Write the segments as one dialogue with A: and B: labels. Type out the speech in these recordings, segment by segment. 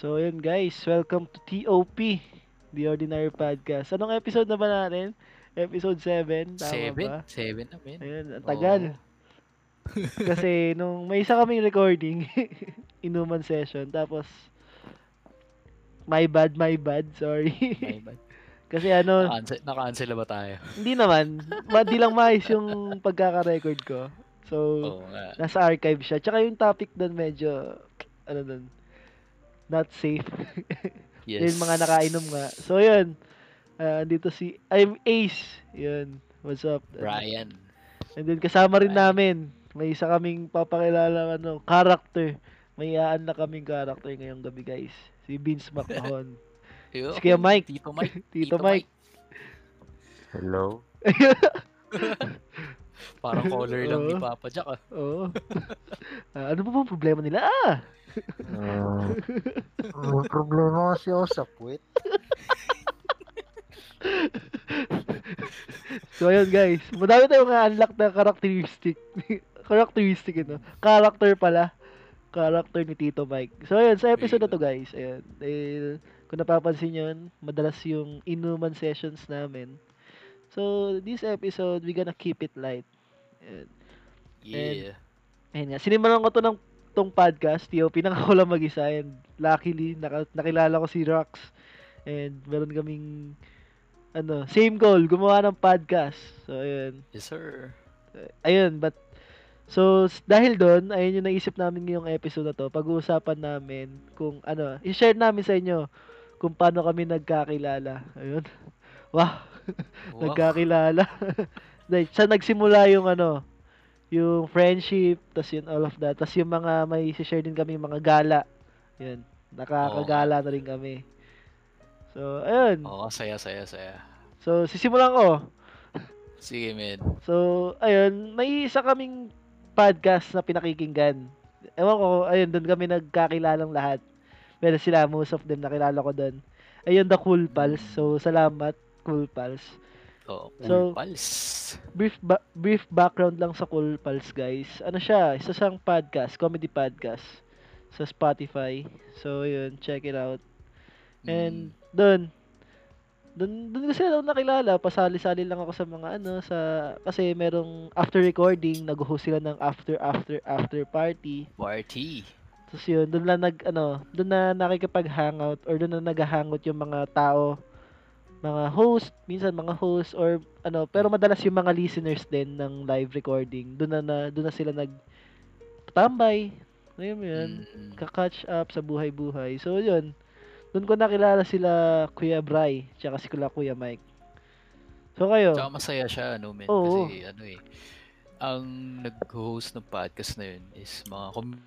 A: So, yun guys, welcome to TOP, The Ordinary Podcast. Anong episode na ba natin? Episode 7, tama
B: seven?
A: ba?
B: Seven na, men.
A: Ayun, ang tagal. Kasi nung may isa kaming recording, inuman session, tapos my bad, my bad, sorry.
B: May bad.
A: Kasi ano,
B: Naka-cancel, naka-cancel na ba tayo?
A: hindi naman, ma- di lang maayos yung pagkaka-record ko. So,
B: Oo nga.
A: nasa archive siya. Tsaka yung topic doon medyo, ano doon, not safe.
B: Yes.
A: Yung mga nakainom nga. So, yun. Ah, dito si, I'm Ace. Yun. What's up?
B: Brian.
A: And then kasama rin
B: Right.
A: namin, may isa kaming papakilala ano, character. May aan na kaming character ngayong gabi, guys. Si Vince McMahon.
B: Yo,
A: Si Kuya Mike.
B: Tito Mike.
A: Tito Mike.
C: Hello?
B: Parang color lang ni
A: Oo.
B: Papa Jack. ah.
A: Oo. Ah, ano ba bang problema nila? Ah!
C: Uh, may problema kasi ako sa kwit.
A: So, ayun, guys. Madami tayong unlock na characteristic. characteristic, ano? Character pala. Character ni Tito Mike. So, ayun. Sa episode na to, guys. Ayun. Eh, kung napapansin yun, madalas yung inuman sessions namin. So, this episode, we gonna keep it light. Ayun.
B: Yeah.
A: Ayun nga, sinimulan ko to ng tong podcast, TOP, nang ako lang mag-isa and luckily, naka, nakilala ko si Rox and meron kaming ano, same goal, gumawa ng podcast. So, ayun.
B: Yes, sir.
A: Uh, Ayun, but So, s- dahil doon, ayun yung naisip namin ngayong episode na to. Pag-uusapan namin kung ano, i-share namin sa inyo kung paano kami nagkakilala. Ayun. Wow,
B: Wow.
A: nagkakilala. like, sa nagsimula yung ano, yung friendship, tas yun all of that. Tas yung mga may share din kami mga gala. Yun, nakakagala na rin kami. So, ayun.
B: Oo, saya, saya, saya.
A: So, sisimulan ko.
B: Sige, men.
A: So, ayun, may isa kaming podcast na pinakikinggan. Ewan ko, ayun, doon kami nagkakilalang lahat. Pero sila, most of them, nakilala ko doon. Ayun, The Cool Pals. So, salamat, Cool Pals.
B: Oo,
A: So-
B: cool pals.
A: brief ba- brief background lang sa Cool Pals guys. Ano siya? Isa siyang podcast, comedy podcast sa Spotify. So yun, check it out.
B: Hmm, Mm.
A: And doon doon doon kasi ako nakilala, pasali-sali lang ako sa mga ano sa kasi merong after recording, nag-host sila ng after after after party.
B: party.
A: Tapos yun, doon lang nag ano, doon na nakikipag-hangout or doon na nag-hangout yung mga tao mga host, minsan mga host or ano, pero madalas yung mga listeners din ng live recording. Doon na, na doon na sila nagtambay. Alam mo 'yun,
B: Mm.
A: ka-catch up sa buhay-buhay. So 'yun. Doon ko nakilala sila Kuya Bry, tsaka si Kula Kuya Mike. So kayo,
B: Tsaka masaya siya, ano, men.
A: oh. Oo.
B: Kasi, ano eh, ang nag-host ng podcast na yun is mga com-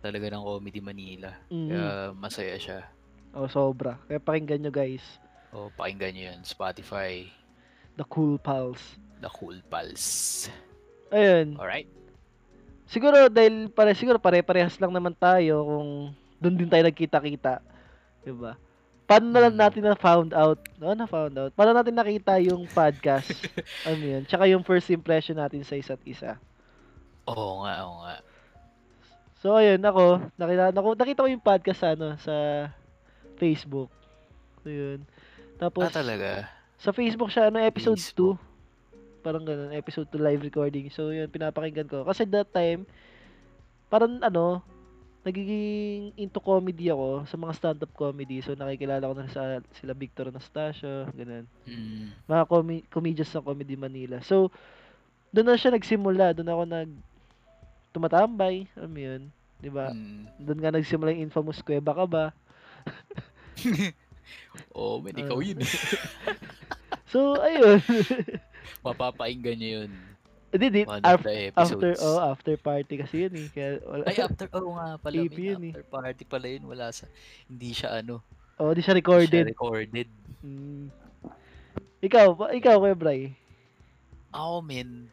B: talaga ng Comedy Manila.
A: mm,
B: Kaya masaya siya.
A: oh, sobra. Kaya pakinggan nyo guys,
B: O, Oh, pakinggan nyo yun. Spotify,
A: The Cool Pals.
B: The Cool Pals.
A: Ayun.
B: Alright?
A: siguro dahil pare siguro pare-parehas lang naman tayo kung doon din tayo nagkita-kita, 'di ba? Paano na lang
B: Mm.
A: natin na found out? No, na found out. Paano natin nakita yung podcast? ano 'yun? Tsaka yung first impression natin sa isa't isa.
B: Oo nga, oo nga.
A: So ayun ako, nakita ko nakita ko yung podcast sa ano sa Facebook. So yun. Tapos
B: ah, talaga?
A: sa Facebook siya ano episode
B: Facebook.
A: 2. Parang ganun, episode 2 live recording. So yun pinapakinggan ko kasi that time parang ano nagiging into comedy ako sa mga stand-up comedy. So nakikilala ko na sa sila Victor Anastasio, ganun.
B: Mm.
A: Mga comi- comedians ng Comedy Manila. So doon na siya nagsimula, doon ako nag tumatambay, alam mo yun, 'di ba?
B: mm.
A: Doon nga nagsimula yung infamous Kuweba ka ba?
B: Oo, oh, men, ikaw yun. eh.
A: So ayun.
B: Mapapakinggan nyo yun.
A: Hindi, di,
B: One
A: af-
B: of the
A: after
B: episodes.
A: oh after party kasi yun eh kaya wala
B: Ay, after, oo nga pala,
A: Tape
B: men.
A: yun eh.
B: After party pala yun. Wala sa, hindi siya, ano,
A: oh di siya
B: hindi siya
A: recorded
B: recorded.
A: Mm. ikaw pa- ikaw kuya Bray
B: Ako, men,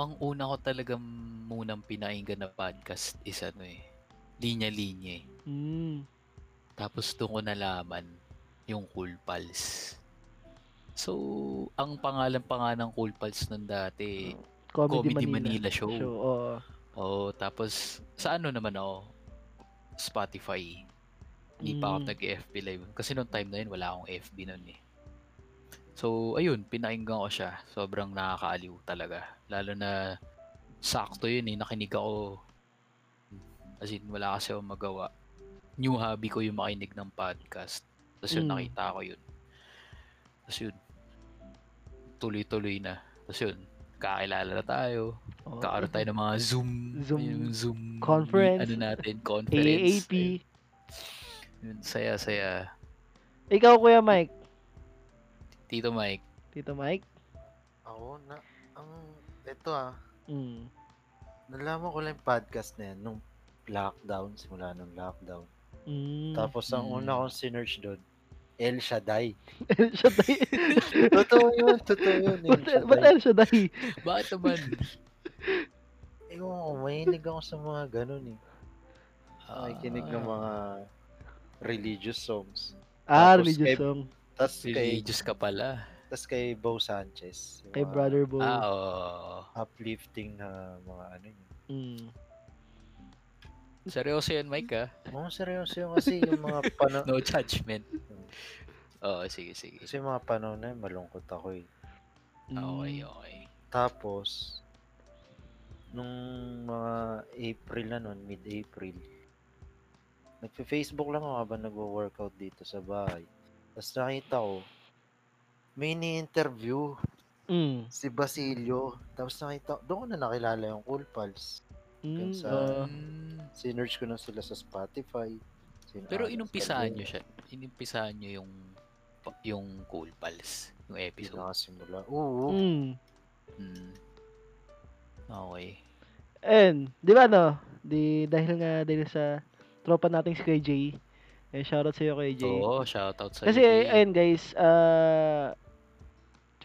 B: ang una ko talagang munang pinainggan na podcast is ano eh, linya-linya eh.
A: mm.
B: Tapos doon ko nalaman yung Cool Pals. So, ang pangalan pa nga ng Cool Pals nun dati,
A: comedy, Manila,
B: Comedy
A: oh.
B: Manila, Show.
A: show oo
B: Oo, tapos sa ano naman ako, Spotify. Hindi pa ako
A: Mm.
B: nag-FB live. Kasi nung time na yun, wala akong FB nun eh. So, ayun, pinainggan ko siya. Sobrang nakakaaliw talaga. Lalo na sakto yun eh, nakinig ako. As in, wala kasi akong magawa. New hobby ko yung makinig ng podcast. Tapos yun,
A: Mm.
B: nakita ko yun. Tapos yun, tuloy-tuloy na. Tapos yun, kakilala na tayo.
A: Oo.
B: Kakaroon tayo ng mga Zoom,
A: Zoom
B: ayun, Zoom
A: conference.
B: ano natin, conference.
A: AAP.
B: Ayun, saya, saya.
A: Ikaw, Kuya Mike.
B: Tito Mike,
A: Tito Mike.
C: Ako na, ang, ito ah,
A: Mm.
C: nalaman ko lang yung podcast na yan nung lockdown, simula ng lockdown.
A: Mm.
C: Tapos ang
B: Mm.
C: una kong sinearch doon, El Shaddai.
A: El Shaddai.
C: totoo yun, totoo yun. El
A: Ba't- Ba't
C: Shaddai.
A: El Shaddai?
B: bakit naman?
C: Ewan ko, mahilig ako sa mga ganun eh. Nakikinig
B: Ah,
C: ng mga religious songs.
A: Ah,
C: Tapos
A: religious
C: kay-
A: song.
C: Tapos kay,
B: Religious ka pala.
C: tas kay Bo Sanchez. yung
A: Kay
C: mga
A: Brother Bo.
B: Ah, oo.
C: Uplifting na mga ano yun.
A: Mm.
B: Seryoso yan, Mike, ah.
C: Oo, seryoso yun kasi yung mga pano...
B: No judgment. Oo, sige, sige.
C: kasi yung mga panahon na yun, malungkot ako eh.
B: Ah, Okay,
A: Mm.
B: okay.
C: Tapos, nung mga April na nun, mid-April, nagpe-Facebook lang ako habang nagwo-workout dito sa bahay. Tapos nakita ko, may ni-interview
B: oh.
A: Mm.
C: si Basilio. Tapos nakita, doon ko na nakilala yung Cool Pals.
A: Mm.
C: Sa-
A: oo.
B: Mm,
C: Sinerge ko na sila sa Spotify. Sin-
B: Pero
C: ah,
B: inumpisahan nyo
C: sa-
B: siya. Inumpisahan nyo yung yung Cool Pals, yung
C: Hindi
B: episode.
C: nakasimula. Oo.
A: Mm.
B: Mm. Okay.
A: And, di ba no? Di, dahil nga, dahil sa tropa nating si KJ. Eh, shoutout sa'yo, KJ.
B: Oo, shoutout sa
A: Kasi, ay- ayun guys, ah,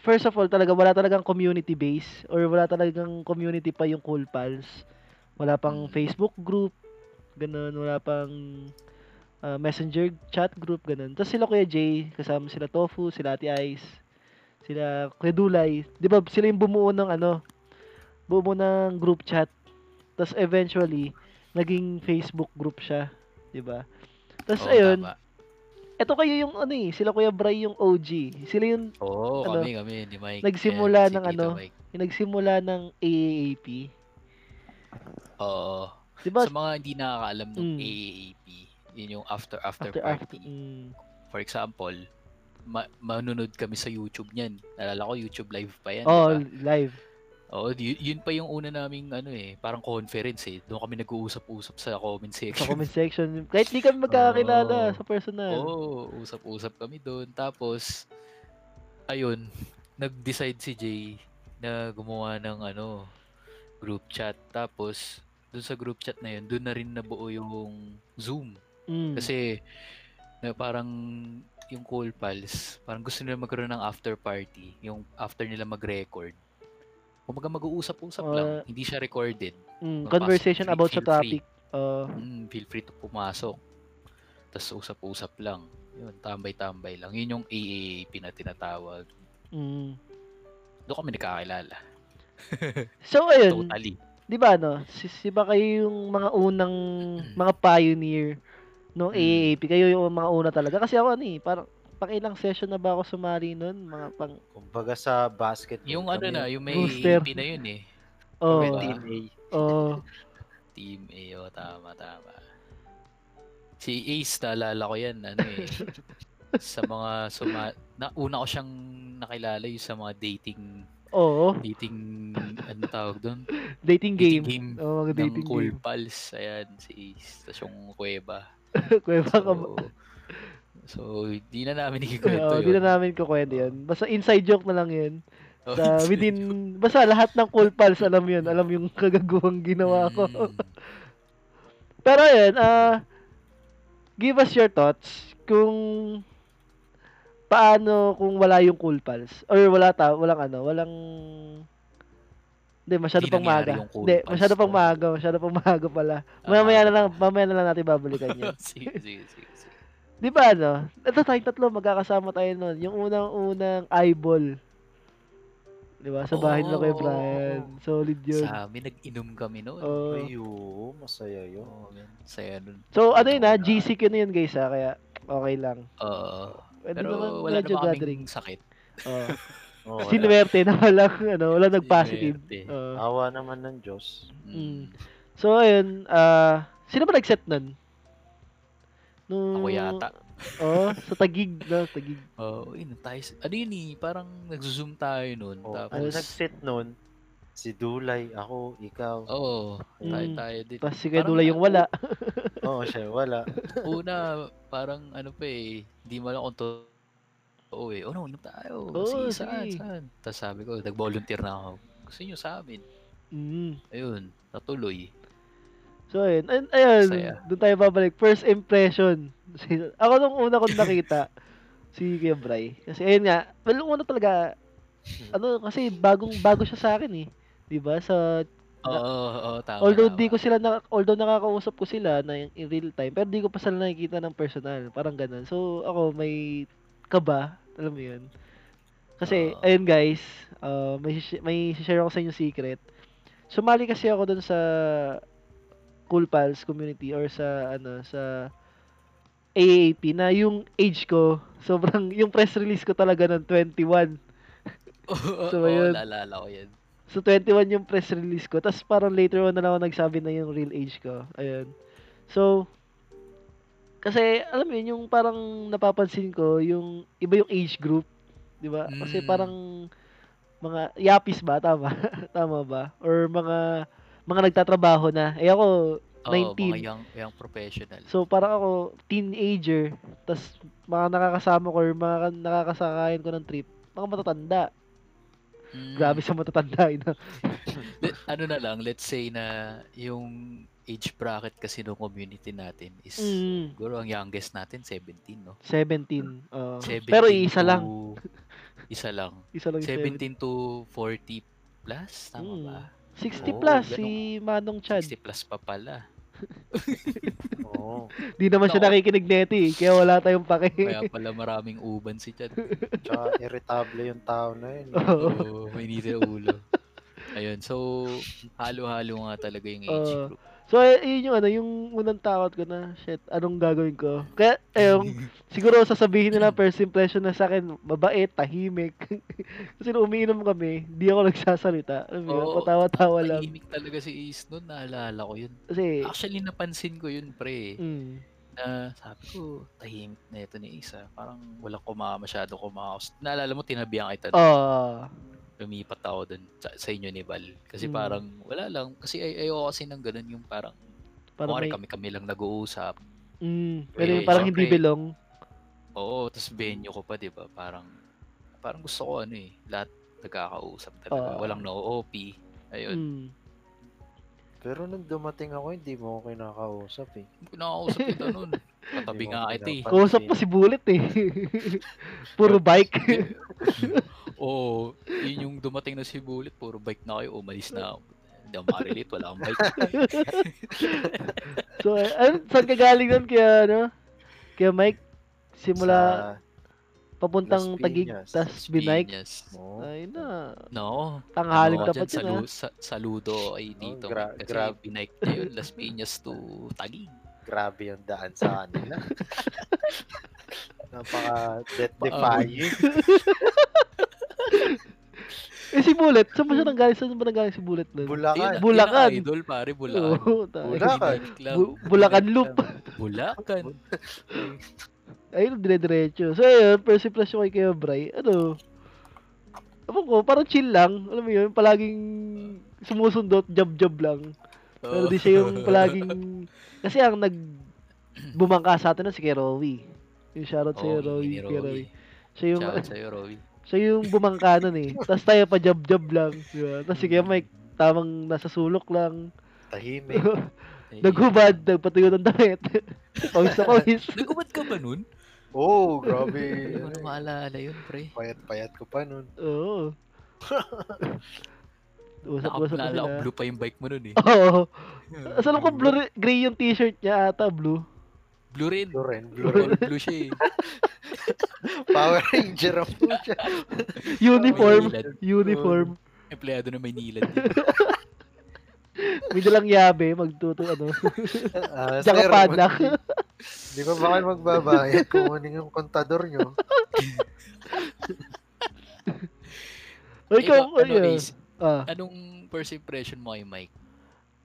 A: first of all, talaga, wala talagang community base or wala talagang community pa yung Cool Pals. Wala pang
B: Mm.
A: Facebook group, ganun, wala pang ah, messenger chat group, ganun. Tapos sila Kuya Jay, kasama sila Tofu, sila Ate Ice, sila Kuya Dulay. Di ba, sila yung bumuo ng ano, bumuo ng group chat. Tapos eventually, naging Facebook group siya, di ba? Tapos
B: Oo,
A: ayun,
B: tama.
A: eto kayo yung ano eh, sila Kuya Bray yung OG. Sila yung,
B: Oo,
A: ano,
B: kami, kami, ni Mike.
A: nagsimula
B: and si
A: ng
B: Tito
A: ano,
B: Mike.
A: yung nagsimula ng AAAP.
B: Oo.
A: Di ba?
B: sa mga hindi nakakaalam ng
A: Mm.
B: AAP, yun yung after after,
A: After, after,
B: party.
A: mm,
B: For example, ma- manunod kami sa YouTube niyan. Nalala ko YouTube live pa yan,
A: oh,
B: di ba?
A: live.
B: Oo, y- yun pa yung una naming ano eh, parang conference eh. Doon kami nag-uusap-usap sa comment
A: Sa
B: section.
A: comment section. Kahit hindi kami magkakakilala
B: Oo.
A: sa personal.
B: Oo, Oh, usap-usap kami doon. Tapos, ayun, nag-decide si Jay na gumawa ng ano, group chat. Tapos, doon sa group chat na yun, doon na rin nabuo yung Zoom.
A: Mm.
B: Kasi, na parang yung Cool Pals, parang gusto nila magkaroon ng after party, yung after nila mag-record. Kumbaga mag-uusap-usap lang,
A: Oo.
B: hindi siya recorded.
A: Mm,
B: Mapasok.
A: conversation
B: Feel-
A: about sa
B: feel free.
A: topic. Uh,
B: Mm, feel free to pumasok. Tapos usap-usap lang. Yun, tambay-tambay lang. Yun yung AAAP na tinatawag.
A: mm.
B: Doon kami nakakilala.
A: So, ayun.
B: Totally.
A: Di ba, no? Si, si ba kayo yung mga unang, mga pioneer no
B: Mm.
A: AAAP? Kayo yung mga una talaga. Kasi ako, ano eh, parang, pang ilang session na ba ako sumali nun? Mga pang,
C: Kumbaga sa basketball.
B: Yung ano
C: kami,
B: na, yung may
A: Rooster.
B: AAAP na yun eh.
A: oh,
C: Kami
B: Oo.
C: team A.
A: oh,
B: Team A, oh, tama, tama. Si Ace, naalala ko yan, ano eh. sa mga suma... Na, una ko siyang nakilala yung sa mga dating...
A: oh,
B: Dating... Ano tawag doon?
A: dating game.
B: Dating game.
A: Oh, mga
B: Ng
A: dating
B: Cool
A: game.
B: Pals. Ayan, si Ace. Tapos yung Cueva.
A: Kuya, baka ba?
B: So, so di na
A: Oh,
B: namin ikikwento
A: di
B: yun.
A: na namin kukwento yun. Basta inside joke na lang yun.
B: Oh,
A: Sa within, basta lahat ng cool pals, alam yun. Alam yung kagaguhang ginawa ko.
B: Mm.
A: Pero yun, ah, give us your thoughts kung paano kung wala yung cool pals or wala ta walang ano walang hindi masyado
B: Hindi
A: pang
B: nangyari
A: maaga
B: yung Cool
A: hindi
B: Pals. Ah.
A: masyado pang maaga masyado pang maaga pala mamaya na lang mamaya na lang natin babalikan yun
B: sige, sige, sige, sige.
A: Di ba ano? Ito tayong tatlo magkakasama tayo noon. Yung unang-unang eyeball Di ba? Sa bahay nila kay
B: Oo, oo,
A: Brian.
B: oo.
A: Solid yun.
B: Sa amin, nag-inom kami noon.
A: Oo.
C: Ayo, masaya yun.
B: Oo, man. Saya nun.
A: so, ano yun ha?
B: Inom na.
A: GCQ na yun guys ha? Kaya, okay lang.
B: Oo.
A: Pwede
B: pero
A: Ano naman
B: wala
A: medyo
B: naman
A: gathering.
B: kaming sakit.
A: Oh.
C: Oh, wala.
A: Sinwerte na walang, ano, walang nag-positive.
B: Swerte.
A: Oo.
C: Awa naman ng Diyos.
A: Mm. So, ayun. ah sino ba nag-set nun? Nung,
B: Ako yata.
A: Oo, sa Tagig. No? Tagig.
B: Oo, yun, tayo. sa- Ano yun eh, parang nag-zoom tayo noon.
C: Oh,
B: tapos,
C: ano nag-set nun? Si Dulay, ako, ikaw.
B: Oo, tayo
A: Mm.
B: tayo din.
A: Tapos si
B: Parang
A: Kedula yung wala.
C: Oo, Oh, siya, wala.
B: Una, parang ano pa eh, di mo alam kung to- totoo eh. Oh no, inom tayo.
A: Oo,
B: sige, saan,
A: sige.
B: saan? Tapos sabi ko, nag-volunteer na ako. Gusto nyo sa amin.
A: Mm.
B: Ayun, natuloy.
A: So, ayun. Ayun, ayun
B: Saya.
A: doon tayo babalik. First impression. Si- Ako nung una kong nakita, si Kuya Bray. Kasi, ayun nga, well, nung una talaga, ano, kasi bagong bago siya sa akin eh. 'Di ba Sa,
B: Oo, oo, oo, tama.
A: although
B: tama.
A: di ko sila, na, although nakakausap ko sila na in, in real time, pero di ko pa sila nakikita ng personal. Parang ganun. So, ako may kaba. Alam mo yun. Kasi,
B: Oo.
A: ayun guys, uh, may, shi- may share ako sa inyo secret. Sumali kasi ako dun sa Cool Pals community or sa, ano, sa AAP na yung age ko, sobrang, yung press release ko talaga ng 21.
B: Oo,
A: So,
B: oo,
A: ayun.
B: naalala ko yan.
A: So, 21 yung press release ko. Tapos, parang later on na lang ako nagsabi na yung real age ko. Ayun. So, kasi, alam mo yun, yung parang napapansin ko, yung iba yung age group. Di ba? Kasi
B: Mm.
A: parang mga yapis ba? Tama? Tama ba? Or mga mga nagtatrabaho na. Eh ako,
B: Oo,
A: 19.
B: mga young, young professional.
A: so parang ako, teenager. Tapos, mga nakakasama ko or mga ka- nakakasakayan ko ng trip, mga matatanda.
B: Mm.
A: Grabe sa matatanda. Ina.
B: Le- ano na lang, let's say na yung age bracket kasi ng community natin is
A: Mm.
B: siguro ang youngest natin 17, no?
A: 17. oo. uh,
B: 17
A: Pero isa
B: to-
A: lang.
B: Isa lang.
A: Isa lang yung 17.
B: 17 to 40 plus, tama
A: Mm.
B: ba?
A: 60
C: Oo,
A: plus
B: Oh, ganun.
A: si Manong Chad.
B: 60 plus pa pala.
C: Oo.
A: Di naman siya
B: Nako.
A: nakikinig neto eh, kaya wala tayong pake.
B: Kaya pala maraming uban si Chad.
C: Tsaka irritable yung tao na yun. eh.
A: Oo.
B: Oo, may init na ulo. Ayun, so halo-halo nga talaga yung age
A: Oo.
B: group.
A: So, ay- yun yung ano, yung unang takot ko na, shit, anong gagawin ko? Kaya, ayun, siguro sasabihin nila first impression na sa akin, mabait, tahimik. Kasi nung umiinom kami, di ako nagsasalita. Alam mo yun,
B: Oo,
A: patawa-tawa lang.
B: Tahimik talaga si Ace noon, naalala ko yun.
A: Kasi,
B: Actually, napansin ko yun, pre.
A: mm,
B: na sabi ko, tahimik na ito ni Isa. Parang walang kuma masyado kumaos. Naalala mo, tinabihan kita. doon.
A: oh,
B: Lumipat ako dun sa, sa inyo ni Val. Kasi
A: Mm.
B: parang, wala lang. Kasi ay, ayoko kasi ng ganun yung parang,
A: parang
B: kumari
A: may,
B: kami-kami lang nag-uusap.
A: mm, pero
B: Wait,
A: yung parang hindi
B: syempre.
A: belong.
B: Oo, tapos
A: Mm.
B: venue ko pa, di ba? Parang, parang gusto ko ano eh. Lahat nagkakausap talaga.
A: Oo.
B: Walang no-OP. Ayun.
A: Mm.
C: Pero nung dumating ako, hindi mo ako kinakausap
A: Mm.
C: eh.
B: Kinakausap kita nun. Katabi
C: Hindi mo
B: nga
C: ako
B: kita eh.
C: pinapansin.
A: Kausap ko si Bullet eh. Puro bike.
B: Oo, yun yung dumating na si Bullet, puro bike na kayo, umalis na ako. Hindi ako makarelate, wala akong bike.
A: So, eh, ano, saan ka galing nun kaya, ano? Kaya Mike, simula
C: Sa-
A: papuntang
C: Las
A: Tagig,
C: Piñas.
A: tas Binike.
B: Piñas.
C: Oo.
A: Ay na,
B: No.
A: tanghaling
B: ano ka
A: tapat
B: dyan,
A: yun, ah.
B: salu- sa, saludo ay dito.
C: gra-
B: Mike, kasi
C: grab.
B: binike na yun, Las Piñas to Taguig.
C: Grabe yung daan sa kanila. Napaka death
A: ah.
C: defying.
A: Eh, si Bullet, saan ba siya nanggaling? Saan ba nanggaling si Bullet nun?
B: Yun,
C: Bulacan.
B: yun ang
A: Bulacan.
B: idol, pare, Bulacan.
A: Oo, tayo.
C: Bulacan.
B: Binike lang.
A: Bu- Bulacan
B: Binike
A: Loop.
B: lang. Bulacan.
A: Ayun, dire-diretso. So, ayun, first impression ko kay Kuya Bray, ano, Ewan ko, parang chill lang. Alam mo yun, palaging sumusundot, jab-jab lang. Pero
B: Oh.
A: di siya yung palaging... Kasi ang nag... Bumangka sa atin na si Kuya Rowie. Yung shoutout sa iyo,
B: Oo, hindi
A: Rowie.
B: ni
A: Kuya
B: Rowie.
A: Rowie. Siya yung,
B: Shoutout sa'yo, Rowie.
A: siya yung bumangka nun eh. Tapos tayo pa jab-jab lang. di ba? Tapos si Kuya Ah, Mike, tamang nasa sulok lang.
C: Tahimik.
B: Ay,
A: Naghubad, nagpatuyo ng damit. pawis na pawis.
B: Nagubad ka ba nun?
C: Oh, grabe.
B: Hindi ko na maalala yun, pre.
C: Payat-payat ko pa nun.
A: Oo. Usap-usap na
B: Nakaplala
A: sila.
B: ko, blue pa yung bike mo nun eh.
A: Oo. Tapos alam ko, blue, ri- gray yung t-shirt niya ata, blue.
B: Blue rin.
C: Blue rin, blue
B: Blue,
C: rin.
B: blue siya eh.
C: Power Ranger ang puta.
A: Uniform.
B: Manilad.
A: uniform.
B: Empleyado na Maynila din.
A: May dalang yabe. Magtuto ano.
C: Ah,
A: Tsaka
C: sir,
A: padlock.
C: Di ba ba kayo magbabayad kung ano yung kontador nyo?
A: O ikaw,
B: Ikaw, ano,
A: ayun.
B: is,
A: Ah.
B: anong first impression mo kay Mike?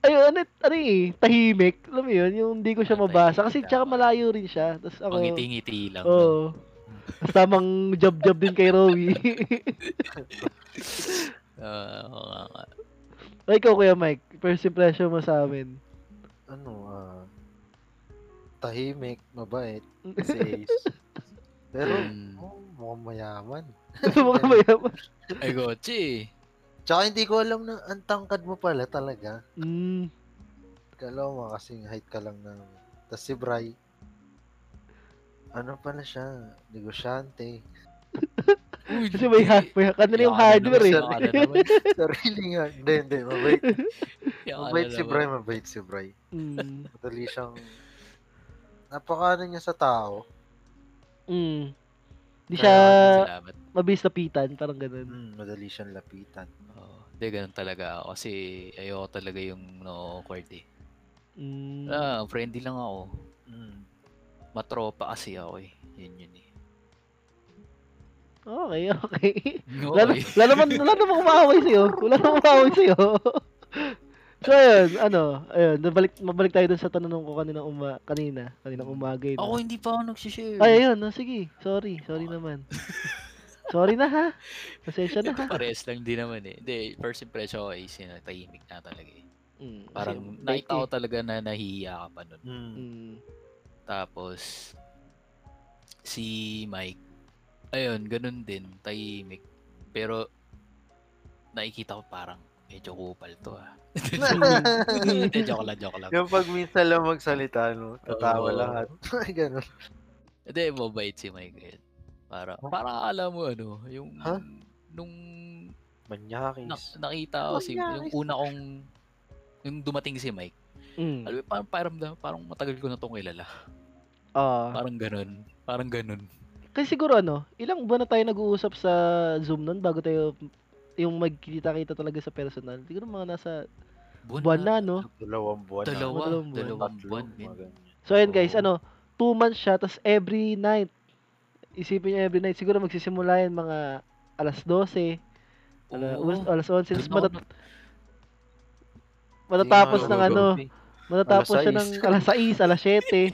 A: Ayun, ano, ano eh, tahimik. Alam mo yun, yung hindi ko siya
B: Ah,
A: mabasa.
B: tahimik,
A: Kasi tsaka
B: tama.
A: malayo rin siya. Tapos ako,
B: Pangiti-ngiti lang. no?
A: Oo. Mas tamang job-job din kay Rowie.
B: Ah, oo nga nga.
A: o ikaw, Kuya Mike, first impression mo sa amin.
C: Ano, ah... tahimik, mabait, safe. Pero,
B: Mm.
C: oh, mukhang mayaman.
B: Ano
A: Baka mayaman.
B: Ay, gotchi.
C: Tsaka hindi ko alam na ang tangkad mo pala talaga.
A: Mm.
C: Kala mo kasing height ka lang na. Tapos si Bry, ano pala siya? Negosyante.
B: Uy,
A: Kasi may, ha- may kanina yung hardware eh.
C: Sarili nga. Hindi, hindi. Mabait. Mabait
B: ano
C: si Bry, mabait si Bry.
A: Mm.
C: Madali siyang... Napakaano niya sa tao.
A: Mm. Hindi siya
B: Salamat.
A: mabilis napitan, parang ganun.
C: Mm, madali siyang lapitan.
B: Oh, Hindi, ganun talaga ako. Kasi ayoko talaga yung no awkward eh.
A: Mm.
B: Ah, friendly lang ako.
C: Mm.
B: Matropa kasi ako eh. Yun yun eh.
A: Okay, okay.
B: No,
A: Lalo,
B: eh.
A: lalo man, wala namang umaaway sa'yo. Wala namang umaaway sa'yo. so, ayun, ano, ayun, nabalik, mabalik tayo dun sa tanong ko kanina, uma, kanina, kaninang umaga yun.
B: Mm. Ako hindi pa ako nagsishare.
A: Ay, ayun, no, sige, sorry, sorry naman. sorry na ha, pasensya na ha.
B: Pares lang din naman eh. Hindi, first impression ko is yun, tahimik na talaga eh.
A: Mm, kasi
B: Parang
A: mabait
B: nakita ko
A: eh.
B: talaga na nahihiya ka pa nun.
C: Mm.
A: Mm,
B: Tapos, si Mike, ayun, ganun din, tahimik. Pero, nakikita ko parang, medyo kupal to ah. Hindi, joke lang, joke lang.
C: Yung pag minsan lang magsalita, no? Tatawa
B: Oo.
C: lahat. Ganun.
B: Hindi, mabait si Mike. Ayun. Para,
C: Huh?
B: para alam mo ano, yung,
C: Huh?
B: nung na,
C: Manyakis.
B: nakita ko si, yung
C: Manyakis.
B: una kong, yung dumating si Mike,
C: Hmm.
A: mm,
B: alam mo, parang, parang, parang matagal ko na tong kilala.
A: ah.
B: Parang ganun. Parang ganun.
A: Kasi siguro ano, ilang buwan na tayo nag-uusap sa Zoom nun bago tayo yung magkita-kita talaga sa personal. Siguro mga nasa buwan na, no?
C: Dalawang buwan. na.
B: Dalawa.
A: Dalawang buwan.
B: Dalawang
C: Tatlo,
B: buwan.
C: mga
B: men.
C: ganyan.
A: So ayun guys,
B: Oo.
A: ano, two months siya, tapos every night, isipin niyo every night, siguro magsisimula yan mga alas 12, ala-
B: Oo.
A: alas 11, tapos
B: Doon
A: matat-
B: ako-
A: matatapos
B: Hindi
A: ng
B: nga
A: ano, matatapos siya ng
C: 6.
A: alas 6, alas 7.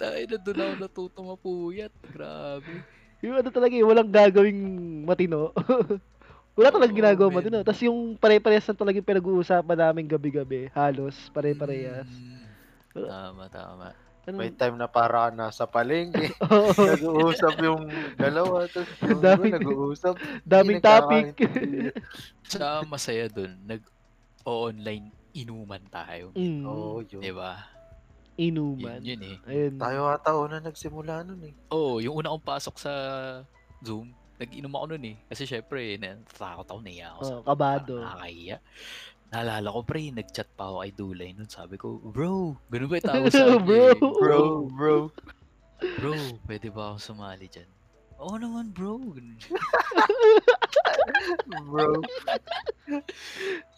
B: Tayo na doon ako natuto mapuyat. Grabe.
A: Yung ano talaga, eh, walang gagawing matino. Wala talagang
B: Oo,
A: ginagawa
B: men.
A: matino. Tapos yung pare-parehas na talagang pinag-uusapan namin gabi-gabi. Halos, pare-parehas.
B: Mm.
A: Wala.
B: Tama, tama.
A: Ano?
C: May time na para ka nasa palengke.
A: Oo,
C: nag-uusap yung dalawa. Tapos yung iba
A: Dami-
C: nag-uusap.
A: daming topic.
B: Sa masaya doon, nag-online inuman tayo.
A: mm,
C: Oo, oh, yun.
B: Di ba?
A: inuman.
B: Yun, yun eh.
A: Ayun.
C: Tayo ata una nagsimula nun eh.
B: Oo, oh, yung una kong pasok sa Zoom, nag-inom ako noon eh. Kasi syempre, natatakot ako, naiya ako.
A: Oh, kabado.
B: Parang nakakahiya. Naalala ko, pre, nag-chat pa ako kay Dulay nun. Sabi ko, bro, ganun ba yung tawag sa akin?
A: Bro.
B: eh?
C: Bro, bro.
B: Bro, pwede ba akong sumali dyan? Oo naman, bro. Ganun.
C: Bro.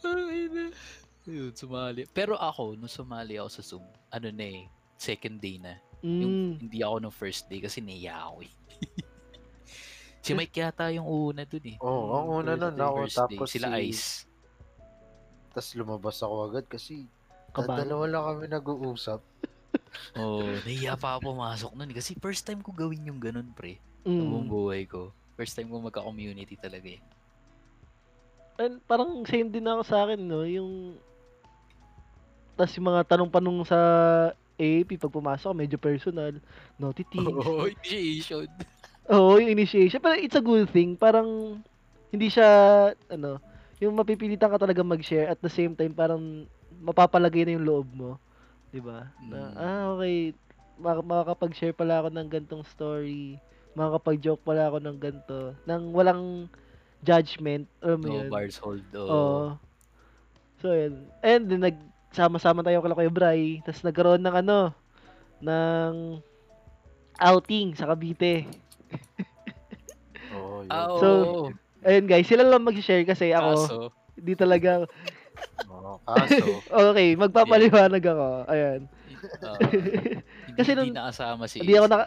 B: Ay, na. Ayun, sumali. Pero ako, nung sumali ako sa Zoom, ano na eh, second day na.
A: Mm.
B: Hindi ako nung first day kasi naiya ako eh. si Mike yata yung una dun eh.
C: Oo, oh, ang una
B: First
C: nun
B: day,
C: ako.
B: first day.
C: Tapos
B: Sila
C: si-
B: Ice.
C: Tapos lumabas ako agad kasi
A: Kabado.
C: dalawa lang kami nag-uusap.
B: Oo, oh, nahiya pa ako pumasok nun eh. kasi first time ko gawin yung ganun pre. Sa
A: Mm.
B: buong buhay ko. First time ko magka-community talaga eh.
A: Ayun, parang same din ako sa akin, no? Yung... Tapos yung mga tanong-panong sa AAP, pag pumasok, medyo personal. Naughty things.
B: Oo, initiation.
A: Oo, yung initiation. Pero it's a good thing. Parang, hindi siya, ano, yung mapipilitan ka talaga mag-share at the same time, parang mapapalagay na yung loob mo. Di ba? Na,
B: Mm.
A: ah, okay. Mak- makakapag-share pala ako ng gantong story. Makakapag-joke pala ako ng ganto. Nang walang judgment. Alam mo
B: No,
A: yun?
B: bars hold. Oo.
A: Ano Oo. So, yun. And then, nagsama-sama tayo kala Kuya Bray. Tapos nagkaroon ng ano, ng outing sa Cavite.
C: Oh,
B: Ah, oo.
A: So,
B: oo.
A: Ayun guys, sila lang mag-share kasi
B: Kaso,
A: ako, di talaga,
C: Oo, Oh, kaso,
A: okay, magpapaliwanag ako. Ayan.
B: ah, hindi,
A: Kasi
B: Kasi
A: nung-
B: hindi nakasama si
A: Hindi ako naka...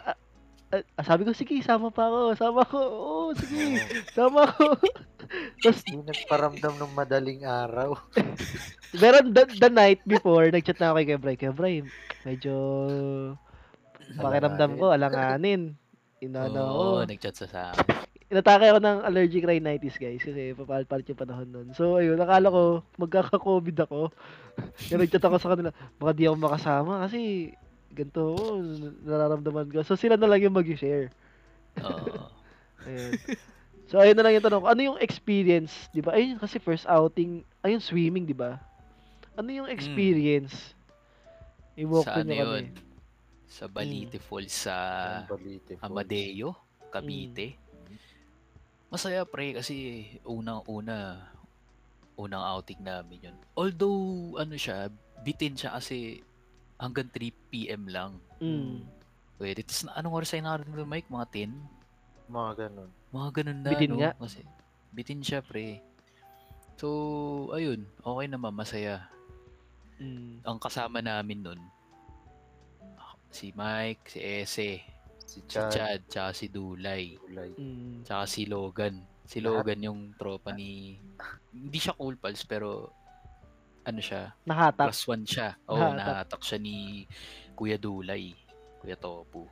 A: ah, ah, sabi ko, sige, sama pa ako. Sama ko. Oo, sige. Sama ko. Tapos,
C: hindi nagparamdam ng madaling araw.
A: meron the, the night before, nagchat na ako kay Kebray. Kebray, medyo pakiramdam ko, alanganin. Inano ako.
B: Oo, nagchat sa sa
A: Inatake ako ng allergic rhinitis, guys, kasi papalpalit yung panahon nun. So, ayun, nakala ko, magkaka-COVID ako. Kaya nagchat ako sa kanila, baka di ako makasama kasi ganito ako, nararamdaman ko. So, sila na lang yung mag-share.
B: Oo.
A: Ayun. So, ayun na lang yung tanong ko. Ano yung experience, di ba? Ayun, kasi first outing, ayun, swimming, di ba? Ano yung experience? I-walk
B: sa
A: through
B: ano
A: niyo kami.
B: Hmm.
A: Hmm.
B: yun? Sa Balite Falls sa
C: Ang balite po.
B: Amadeo, Cavite. Mm. Masaya pre kasi unang-una unang outing namin yun. Although ano siya, bitin siya kasi hanggang 3 PM lang.
A: Mm.
B: Wait, it's na anong oras ay nakaroon ng mic? Mga 10?
C: Mga ganun.
B: Mga ganun na,
A: Bitin
B: no?
A: nga.
B: Kasi, bitin siya, pre. So, ayun, okay naman, masaya.
A: Mm.
B: Ang kasama namin nun, si Mike, si Ese,
C: Si
B: si
C: Chad,
B: Chad, tsaka si Dulay,
C: Kulay.
A: Mm.
B: tsaka si Logan. Si
C: Lahat.
B: Logan yung tropa ni... Hindi siya cool pals, pero ano siya,
A: Nakatak.
B: plus one siya. Oo,
A: Nahatak.
B: nahatak siya ni Kuya Dulay, Kuya Topo.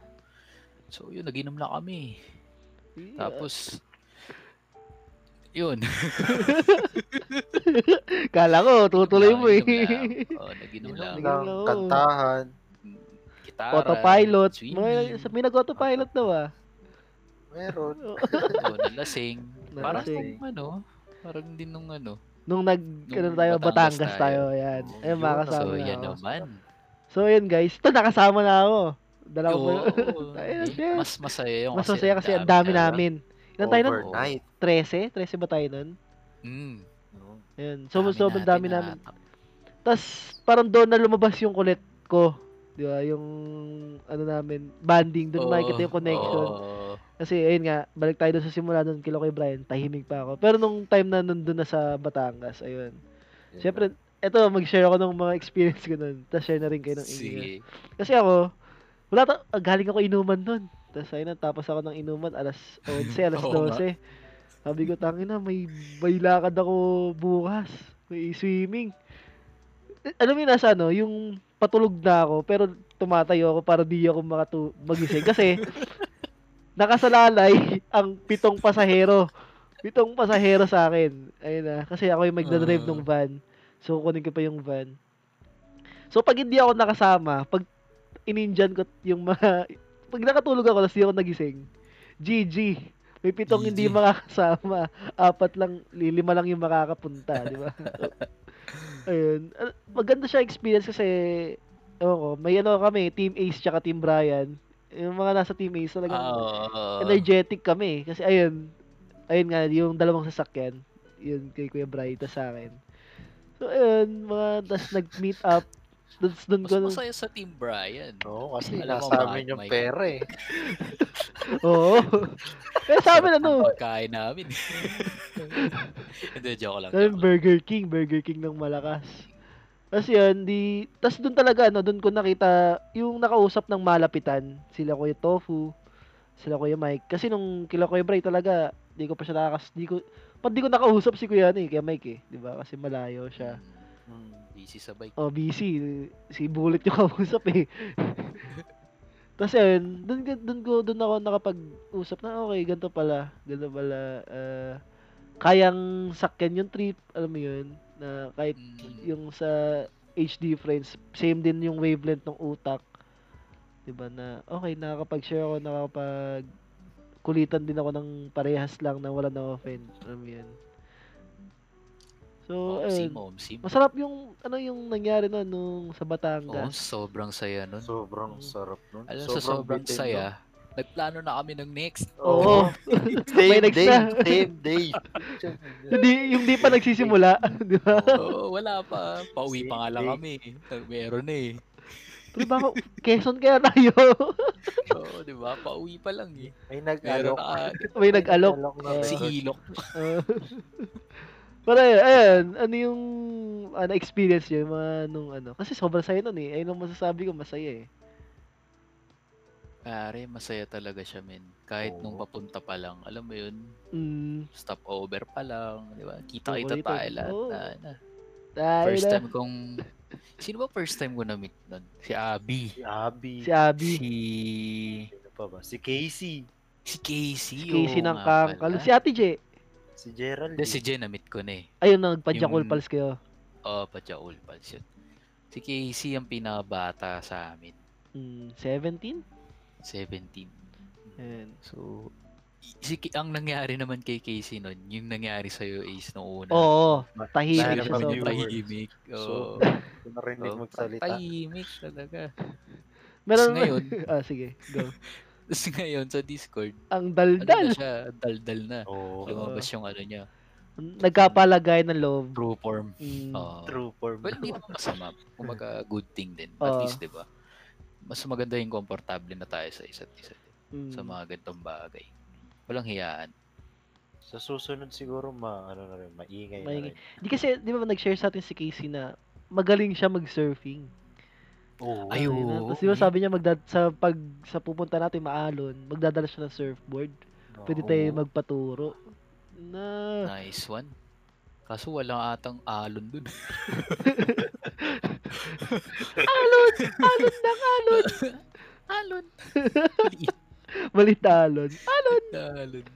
B: So, yun, naginom na kami. Tapos, yun.
A: Kala ko, tutuloy mo eh.
B: Oo, naginom
C: Inom
B: lang.
C: lang,
A: Inom lang, oo.
C: kantahan.
B: Gitara,
A: Autopilot.
B: swimming,
A: Mga, may nag-autopilot daw ah.
C: Meron.
B: oo, nalasing. Parang
A: Nalasing.
B: nung ano, parang din nung ano.
A: Nung nag, ano tayo,
B: Batangas
A: Batangas
B: tayo. Oh,
A: tayo. Ayan.
C: Oo,
A: Ayun,
C: Oh, yun,
A: makasama
B: So,
C: Tama.
A: na
B: yan
A: ako.
B: naman.
A: So, ayun guys. Ito, nakasama na ako. Dalawa
B: Oo,
A: mo.
B: oo.
A: Ayun,
B: Yun,
A: shit.
B: mas masaya yung
A: Mas masaya kasi ang dami namin. Ilan tayo nun?
C: Overnight.
A: 13? 13 ba tayo nun?
B: Mm,
C: No?
A: Ayun. So,
B: dami
A: sobrang
B: natin
A: dami
B: na-
A: namin. Tapos, parang doon na lumabas yung kulit ko. Di ba? Yung, ano namin, banding. Doon
B: Oo,
A: makikita yung connection.
B: oo.
A: Kasi, ayun nga, balik tayo doon sa simula doon, kilo kay Brian, tahimik pa ako. Pero nung time na nandun na sa Batangas, ayun.
C: Yun
A: Siyempre, eto, mag-share ako ng mga experience ko nun. Tapos, share na rin kayo ng inyo.
B: Sige.
A: Kasi ako, wala ta- ah, galing ako inuman nun. Tapos ayun, na, tapos ako ng inuman, alas 11, alas
B: Oo
A: 12. Sabi ko, tangin na, may, may lakad ako bukas. May swimming. Eh, Alam mo yun, nasa ano, yung patulog na ako, pero tumatayo ako para di ako makatu- magising. Kasi, nakasalalay ang pitong pasahero. Pitong pasahero sa akin. Ayun na, kasi ako yung magdadrive
B: Ah.
A: ng van. So, kunin ko pa yung van. So, pag hindi ako nakasama, pag ininjan ko yung mga... Pag nakatulog ako, tapos di ako nagising, GG. May pitong hindi
B: GG.
A: makakasama. Apat lang, li- lima lang yung makakapunta, di ba? Ayun. Ah, Maganda siya experience kasi, ewan ko, may ano kami, Team Ace tsaka Team Brian. Yung mga nasa Team Ace talagang
B: Ah, Oo.
A: energetic kami. eh. Kasi ayun, ayun nga, yung dalawang sasakyan, yun kay Kuya Bright tas sa akin. So ayun, mga, tas nag-meet up. Doon, doon
B: Mas
A: ko,
B: masaya sa Team Brian.
C: No, kasi
B: Alam mo
C: nasa
B: ba,
C: amin yung
B: Mike?
C: pera eh.
A: oo. Kaya sa amin ano,
B: Pagkain namin. Hindi, joke lang.
A: Sabi,
B: joke lang.
A: Burger King, Burger King ng malakas. Tapos yun, di... Tapos doon talaga, ano, doon ko nakita yung nakausap ng malapitan. Sila Kuya Tofu, sila Kuya Mike. Kasi nung kila Kuya Bray talaga, di ko pa siya nakakas... Di ko... Pag di ko nakausap si Kuya, ano, eh, Kuya Mike eh. Di ba? Kasi malayo siya.
B: Mm,
C: Hmm.
B: Busy sa bike.
A: Oh, busy. Si Bullet yung kausap eh. Tapos yun, doon, doon ko, doon ako nakapag-usap na, okay, ganito pala, ganito pala, ah, kayang sakyan yung trip, alam mo yun, na kahit
B: Mm.
A: yung sa age difference, same din yung wavelength ng utak. 'Di ba na okay nakakapag-share ako, nakakapag kulitan din ako ng parehas lang na wala na offend. Alam mo 'yun. So,
B: Omsim,
A: ayun.
B: omsim.
A: Masarap yung ano yung nangyari noon nung sa
B: Oo,
A: Batangas.
B: sobrang saya nun.
A: Mm.
C: Sobrang sarap nun.
B: Alam sa sobrang
C: bitin nun.
B: saya, nagplano na kami ng next.
A: Oo. May
C: Same
A: next
C: day,
A: na.
C: same day.
A: Hindi yung di pa nagsisimula, 'di ba?
B: Oo, wala pa. Pauwi pa nga lang kami. Meron na eh.
A: Tuloy ba ako? Quezon kaya tayo?
B: Oo, di ba? Pauwi pa lang eh.
C: May
B: Meron
C: ano? nag-alok.
B: na
A: May nag-alok.
C: na
A: Oo.
B: si
C: meron.
B: Ilok.
A: Ah. Pero ayun, ayun, ano yung ano, experience nyo, yung mga nung ano. Kasi sobrang saya nun eh. Ayun ang masasabi ko, masaya eh.
B: Pare, masaya talaga siya, men. Kahit nung
C: Oo.
B: papunta pa lang, alam mo yun,
A: Mm,
B: stopover pa lang, di ba? Kita-kita
A: Paborito.
B: tayo lahat.
A: Oo.
B: na- na.
A: tayo
B: First
A: na.
B: time kong... Sino ba first time ko na-meet nun? Si Abby.
C: Si Abby.
A: Si Abby.
B: Si...
C: Sino pa ba? Si Casey.
B: Si Casey.
A: Si Casey
B: oo
A: ng
B: nga
A: Kang.
B: pala.
A: Si Ate J.
C: Si Gerald.
B: Hindi, si Jen na-meet ko na eh.
A: Ayun, nagpadjakol
B: Yung-
A: pals kayo.
B: Oo, oh, Pacha Ulpals yun. Si Casey ang pinabata sa amin.
A: Mm, 17?
B: 17.
A: Ayun.
B: So, i- si, Ki- ang nangyari naman kay Casey nun, yung nangyari sa'yo is nung una.
A: Oo,
B: Siya
A: tahimik
C: Dahil
A: siya
C: ang
A: sobra.
C: viewers.
B: tahimik.
C: So,
B: Oo.
C: Kung narinig
B: Oo,
C: magsalita.
B: Oh, Tahimik talaga.
A: Meron
B: ngayon.
A: ah, sige, go.
B: Tapos ngayon sa Discord,
A: Ang
B: ano na
A: daldal.
B: siya, daldal na.
C: Oo.
A: Oo.
B: Lumabas yung ano niya,
A: Nagkapalagay ng loob.
B: true form.
A: Mm,
B: Oo.
C: Hmm, True form.
B: Well, hindi naman masama. Kumbaga, good thing din.
A: Oo.
B: At least, di ba? Mas maganda yung komportable na tayo sa isa't isa.
A: mm.
C: Hmm.
B: Sa mga ganitong bagay. Walang hiyaan.
C: Sa susunod siguro ma ano na rin, maingay,
A: Maingay.
C: na rin.
A: Di kasi, di ba nag-share sa atin si Casey na magaling siya mag-surfing.
C: Oo.
B: Ay,
A: Ayun na.
B: oo,
A: Tapos di ba
B: eh.
A: sabi niya, magda- sa pag sa pupunta natin maalon, magdadala siya ng surfboard.
C: Oo.
A: Pwede
B: Oo.
A: tayo magpaturo. Na,
B: Nice one. Kaso wala atang alon dun.
A: alon! Alon na nga!
B: alon!
A: Malit na alon.
B: Alon! alon.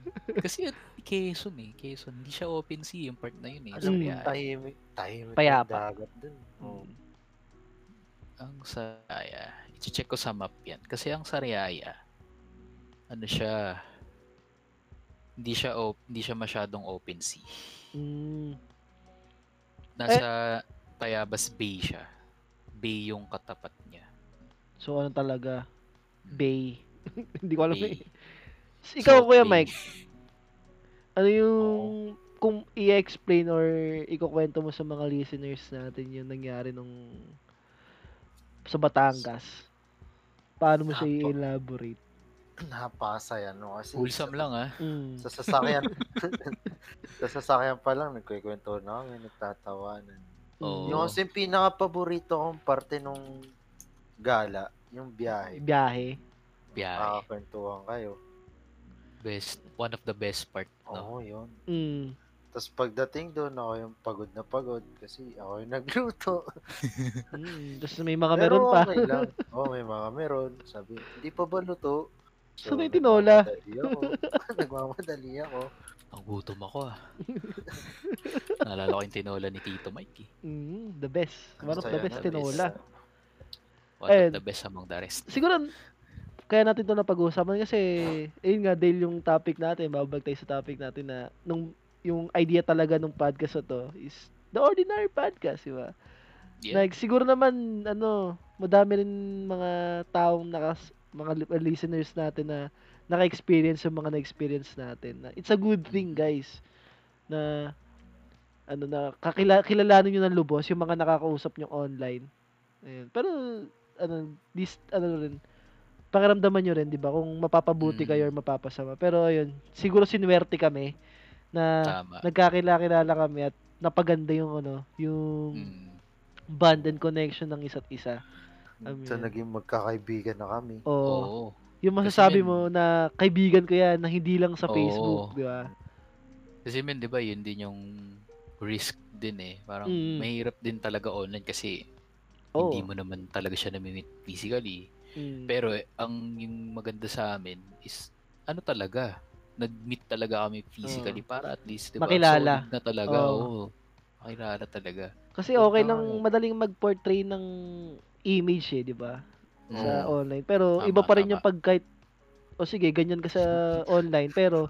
B: Kasi yun, Quezon eh. Quezon. Hindi siya open sea yung part na yun eh.
C: Alam mo,
A: Mm.
C: tahimik. Tahimik
A: Payapa. Mm.
C: ang dagat dun. Oo.
B: Ang Saraya. I-check ko sa map yan. Kasi ang Saraya, ano siya, hindi siya op, hindi siya masyadong open sea.
A: Mm,
B: Nasa Tayabas Bay siya. Bay yung katapat niya.
A: so ano talaga? Bay. Hindi ko alam. eh.
B: Bay.
A: Ikaw,
B: Salt
A: Kuya
B: Bay.
A: Mike, ano yung kung i-explain or ikukwento mo sa mga listeners natin yung nangyari nung sa Batangas? Paano mo siya
B: Napa-
A: i-elaborate?
C: Napasaya no ano, kasi
B: Wholesome lang ah.
A: Mm.
C: sa sasakyan sa sasakyan pa lang nagkukwento na kami nagtatawanan
A: mm.
B: Oo.
C: yung kasi yung pinaka-paborito kong parte nung gala yung biyahe
A: biyahe.
C: Ah.
B: Biyahe.
C: makakakwentuhan kayo
B: Best, one of the best part. No?
C: oo yun
A: Mm.
C: tapos pagdating doon ako yung pagod na pagod kasi ako yung nagluto
A: mm. Tapos may mga meron
C: Pero ano
A: pa.
C: okay lang. oo may mga meron sabi hindi pa ba luto
A: So, may tinola.
C: nagmamadali ako. nagmamadali ako
B: Ang gutom ako ah. Naalala ko yung tinola ni Tito Mike eh.
A: Mm, the best. One of the
C: Saya
A: best
B: na,
A: tinola.
C: best.
B: One
A: Ayun.
B: of the best among the rest.
A: Siguro kaya natin 'to napag-uusapan kasi ayun nga dahil yung topic natin, babalik tayo sa topic natin na nung yung idea talaga nung podcast na to is the ordinary podcast, di ba?
B: Yeah.
A: Like siguro naman ano, madami rin mga taong nakas mga li- listeners natin na naka-experience yung mga na-experience natin. Na It's a good thing,
B: Mhm.
A: guys, na ano na kakila, kilalanin niyo ng lubos yung mga nakakausap niyo online. Ayun. Pero ano, this ano rin pakiramdaman nyo rin, di ba? Kung mapapabuti
B: Mm.
A: kayo or mapapasama. Pero ayun, siguro sinuwerte kami na
B: Tama.
A: nagkakilala-kilala kami at napaganda yung ano, yung
B: Mm.
A: bond and connection ng isa't isa.
C: so
A: Amin.
C: naging magkakaibigan na kami
A: O,
B: Oo.
A: yung
B: Kasi
A: masasabi
B: yun-
A: mo na kaibigan ko yan na hindi lang sa
B: Oo.
A: Facebook, di ba?
B: Kasi men, di ba, yun din yung risk din eh. Parang
A: Mm.
B: mahirap din talaga online kasi
A: Oo.
B: hindi mo naman talaga siya namimit physically.
A: Mm.
B: Pero eh, ang yung maganda sa amin is ano talaga, nag-meet talaga kami physically para at least, di ba,
A: Makilala.
B: solid na talaga.
A: Oo.
B: Oo. Makilala talaga.
A: Kasi okay lang
C: Tama.
A: madaling mag-portray ng image eh, di ba? Sa
B: Oo.
A: online. Pero
B: Tama,
A: iba pa rin
B: tama.
A: yung pag kahit, o sige, ganyan ka sa online, pero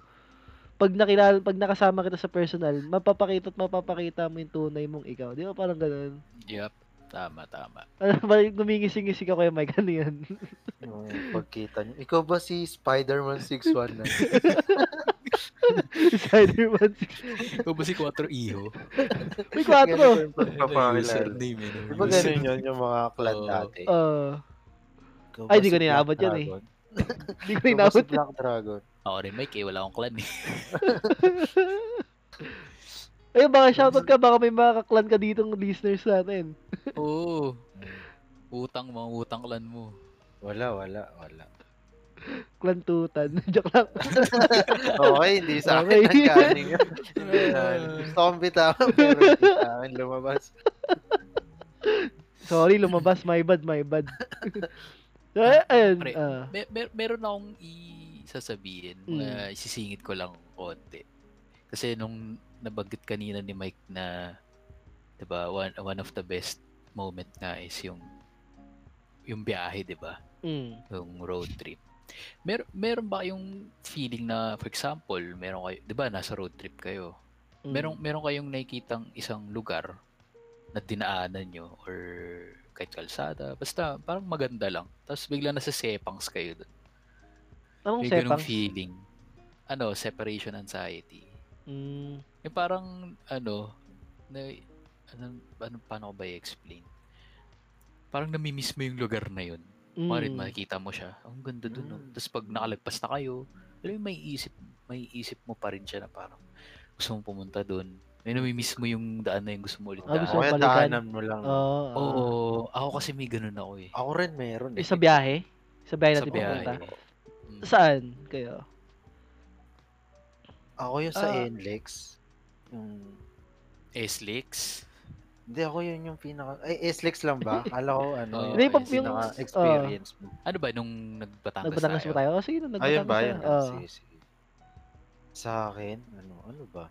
A: pag nakilala, pag nakasama kita sa personal, mapapakita at mapapakita mo yung tunay mong ikaw. Di ba parang ganun?
B: Yup. Tama, tama.
A: Ano ba, gumingising-gising ako yung mic, ano yan? Oh.
C: yung pagkita niyo ikaw ba si Spider-Man 619
A: Spider-Man.
B: Ikaw ba si 4 Iho?
A: May 4.
C: Ganun yung pagpapakilala.
B: Username eh. no?
C: Di ba ganun yun yung mga clan
B: Oo.
C: dati?
A: Uh,
C: Ikaw
A: Ay,
C: ba
A: di
C: si
A: ko ninaabot
C: Black
A: yan eh.
C: Dragon?
A: Hindi ko
C: Ikaw ba si
A: inabot.
C: Black Dragon?
B: Ako rin, Mike, eh, wala akong clan eh.
A: Ayun, baka shoutout ka, baka may mga kaklan ka ditong listeners natin.
B: Oo. Utang, mga utang clan mo.
C: Wala, wala, wala.
A: Clan Tutan. Joke lang.
C: Okay, hindi sa akin
A: Okay.
C: ang galing yun. Hindi na. Gusto kong bitawan, pero hindi sa akin lumabas.
A: Sorry, lumabas. My bad, my bad. so, ay- ayun.
B: Pre.
A: ah.
B: Mer- mer- meron akong isasabihin, mga isisingit ko lang konti. Kasi nung nabanggit kanina ni Mike na 'di ba, one, one of the best moment nga is yung yung biyahe, 'di ba?
A: mm.
B: Yung road trip. Mer meron ba yung feeling na for example, meron kayo, 'di ba, nasa road trip kayo.
A: mm.
B: Meron meron kayong nakikitang isang lugar na dinaanan nyo or kahit kalsada, basta parang maganda lang. Tapos bigla nasa sepangs kayo doon.
A: Anong
B: May
A: sepang?
B: ganung feeling. Ano, separation anxiety.
A: Mm.
B: Yung parang, ano, na, ano, ano, paano ko ba i-explain? Parang namimiss mo yung lugar na yun.
A: Mm.
B: Parin, makikita mo siya. "Oh, Ang ganda dun, no?
A: Hmm.
C: Mm.
B: Tapos pag nakalagpas na kayo, alam mo, may isip, may isip mo pa rin siya na parang gusto mong pumunta dun. May namimiss mo yung daan na yung gusto mo ulit
A: Ah,
B: daan.
A: gusto mo
C: Okay,
A: balikan? Oh.
C: tahanan mo lang.
A: Oo.
B: Oo,
A: oo.
B: ako kasi may ganun ako eh.
C: Ako rin meron eh.
A: Sa biyahe? Sa biyahe
B: Sa
A: natin pupunta?
B: biyahe. Mm.
A: Saan kayo?
C: Ako yung sa
A: Ah.
C: NLEX. Yung...
B: S-Leaks.
C: Hindi, ako yun yung pinaka... Ay, SLEX lang ba? Kala ko ano.
B: Oo,
A: Hindi, pag
C: yung
A: yung- oh.
C: experience mo.
B: Ano ba, nung nagbatangas,
A: Nagpatangas
B: tayo?
A: ba tayo? Oh, sige na, nagpatangas
C: Ayun ba? Ayun.
A: tayo. Oo.
C: Sige, sige. Sa akin, ano, ano ba?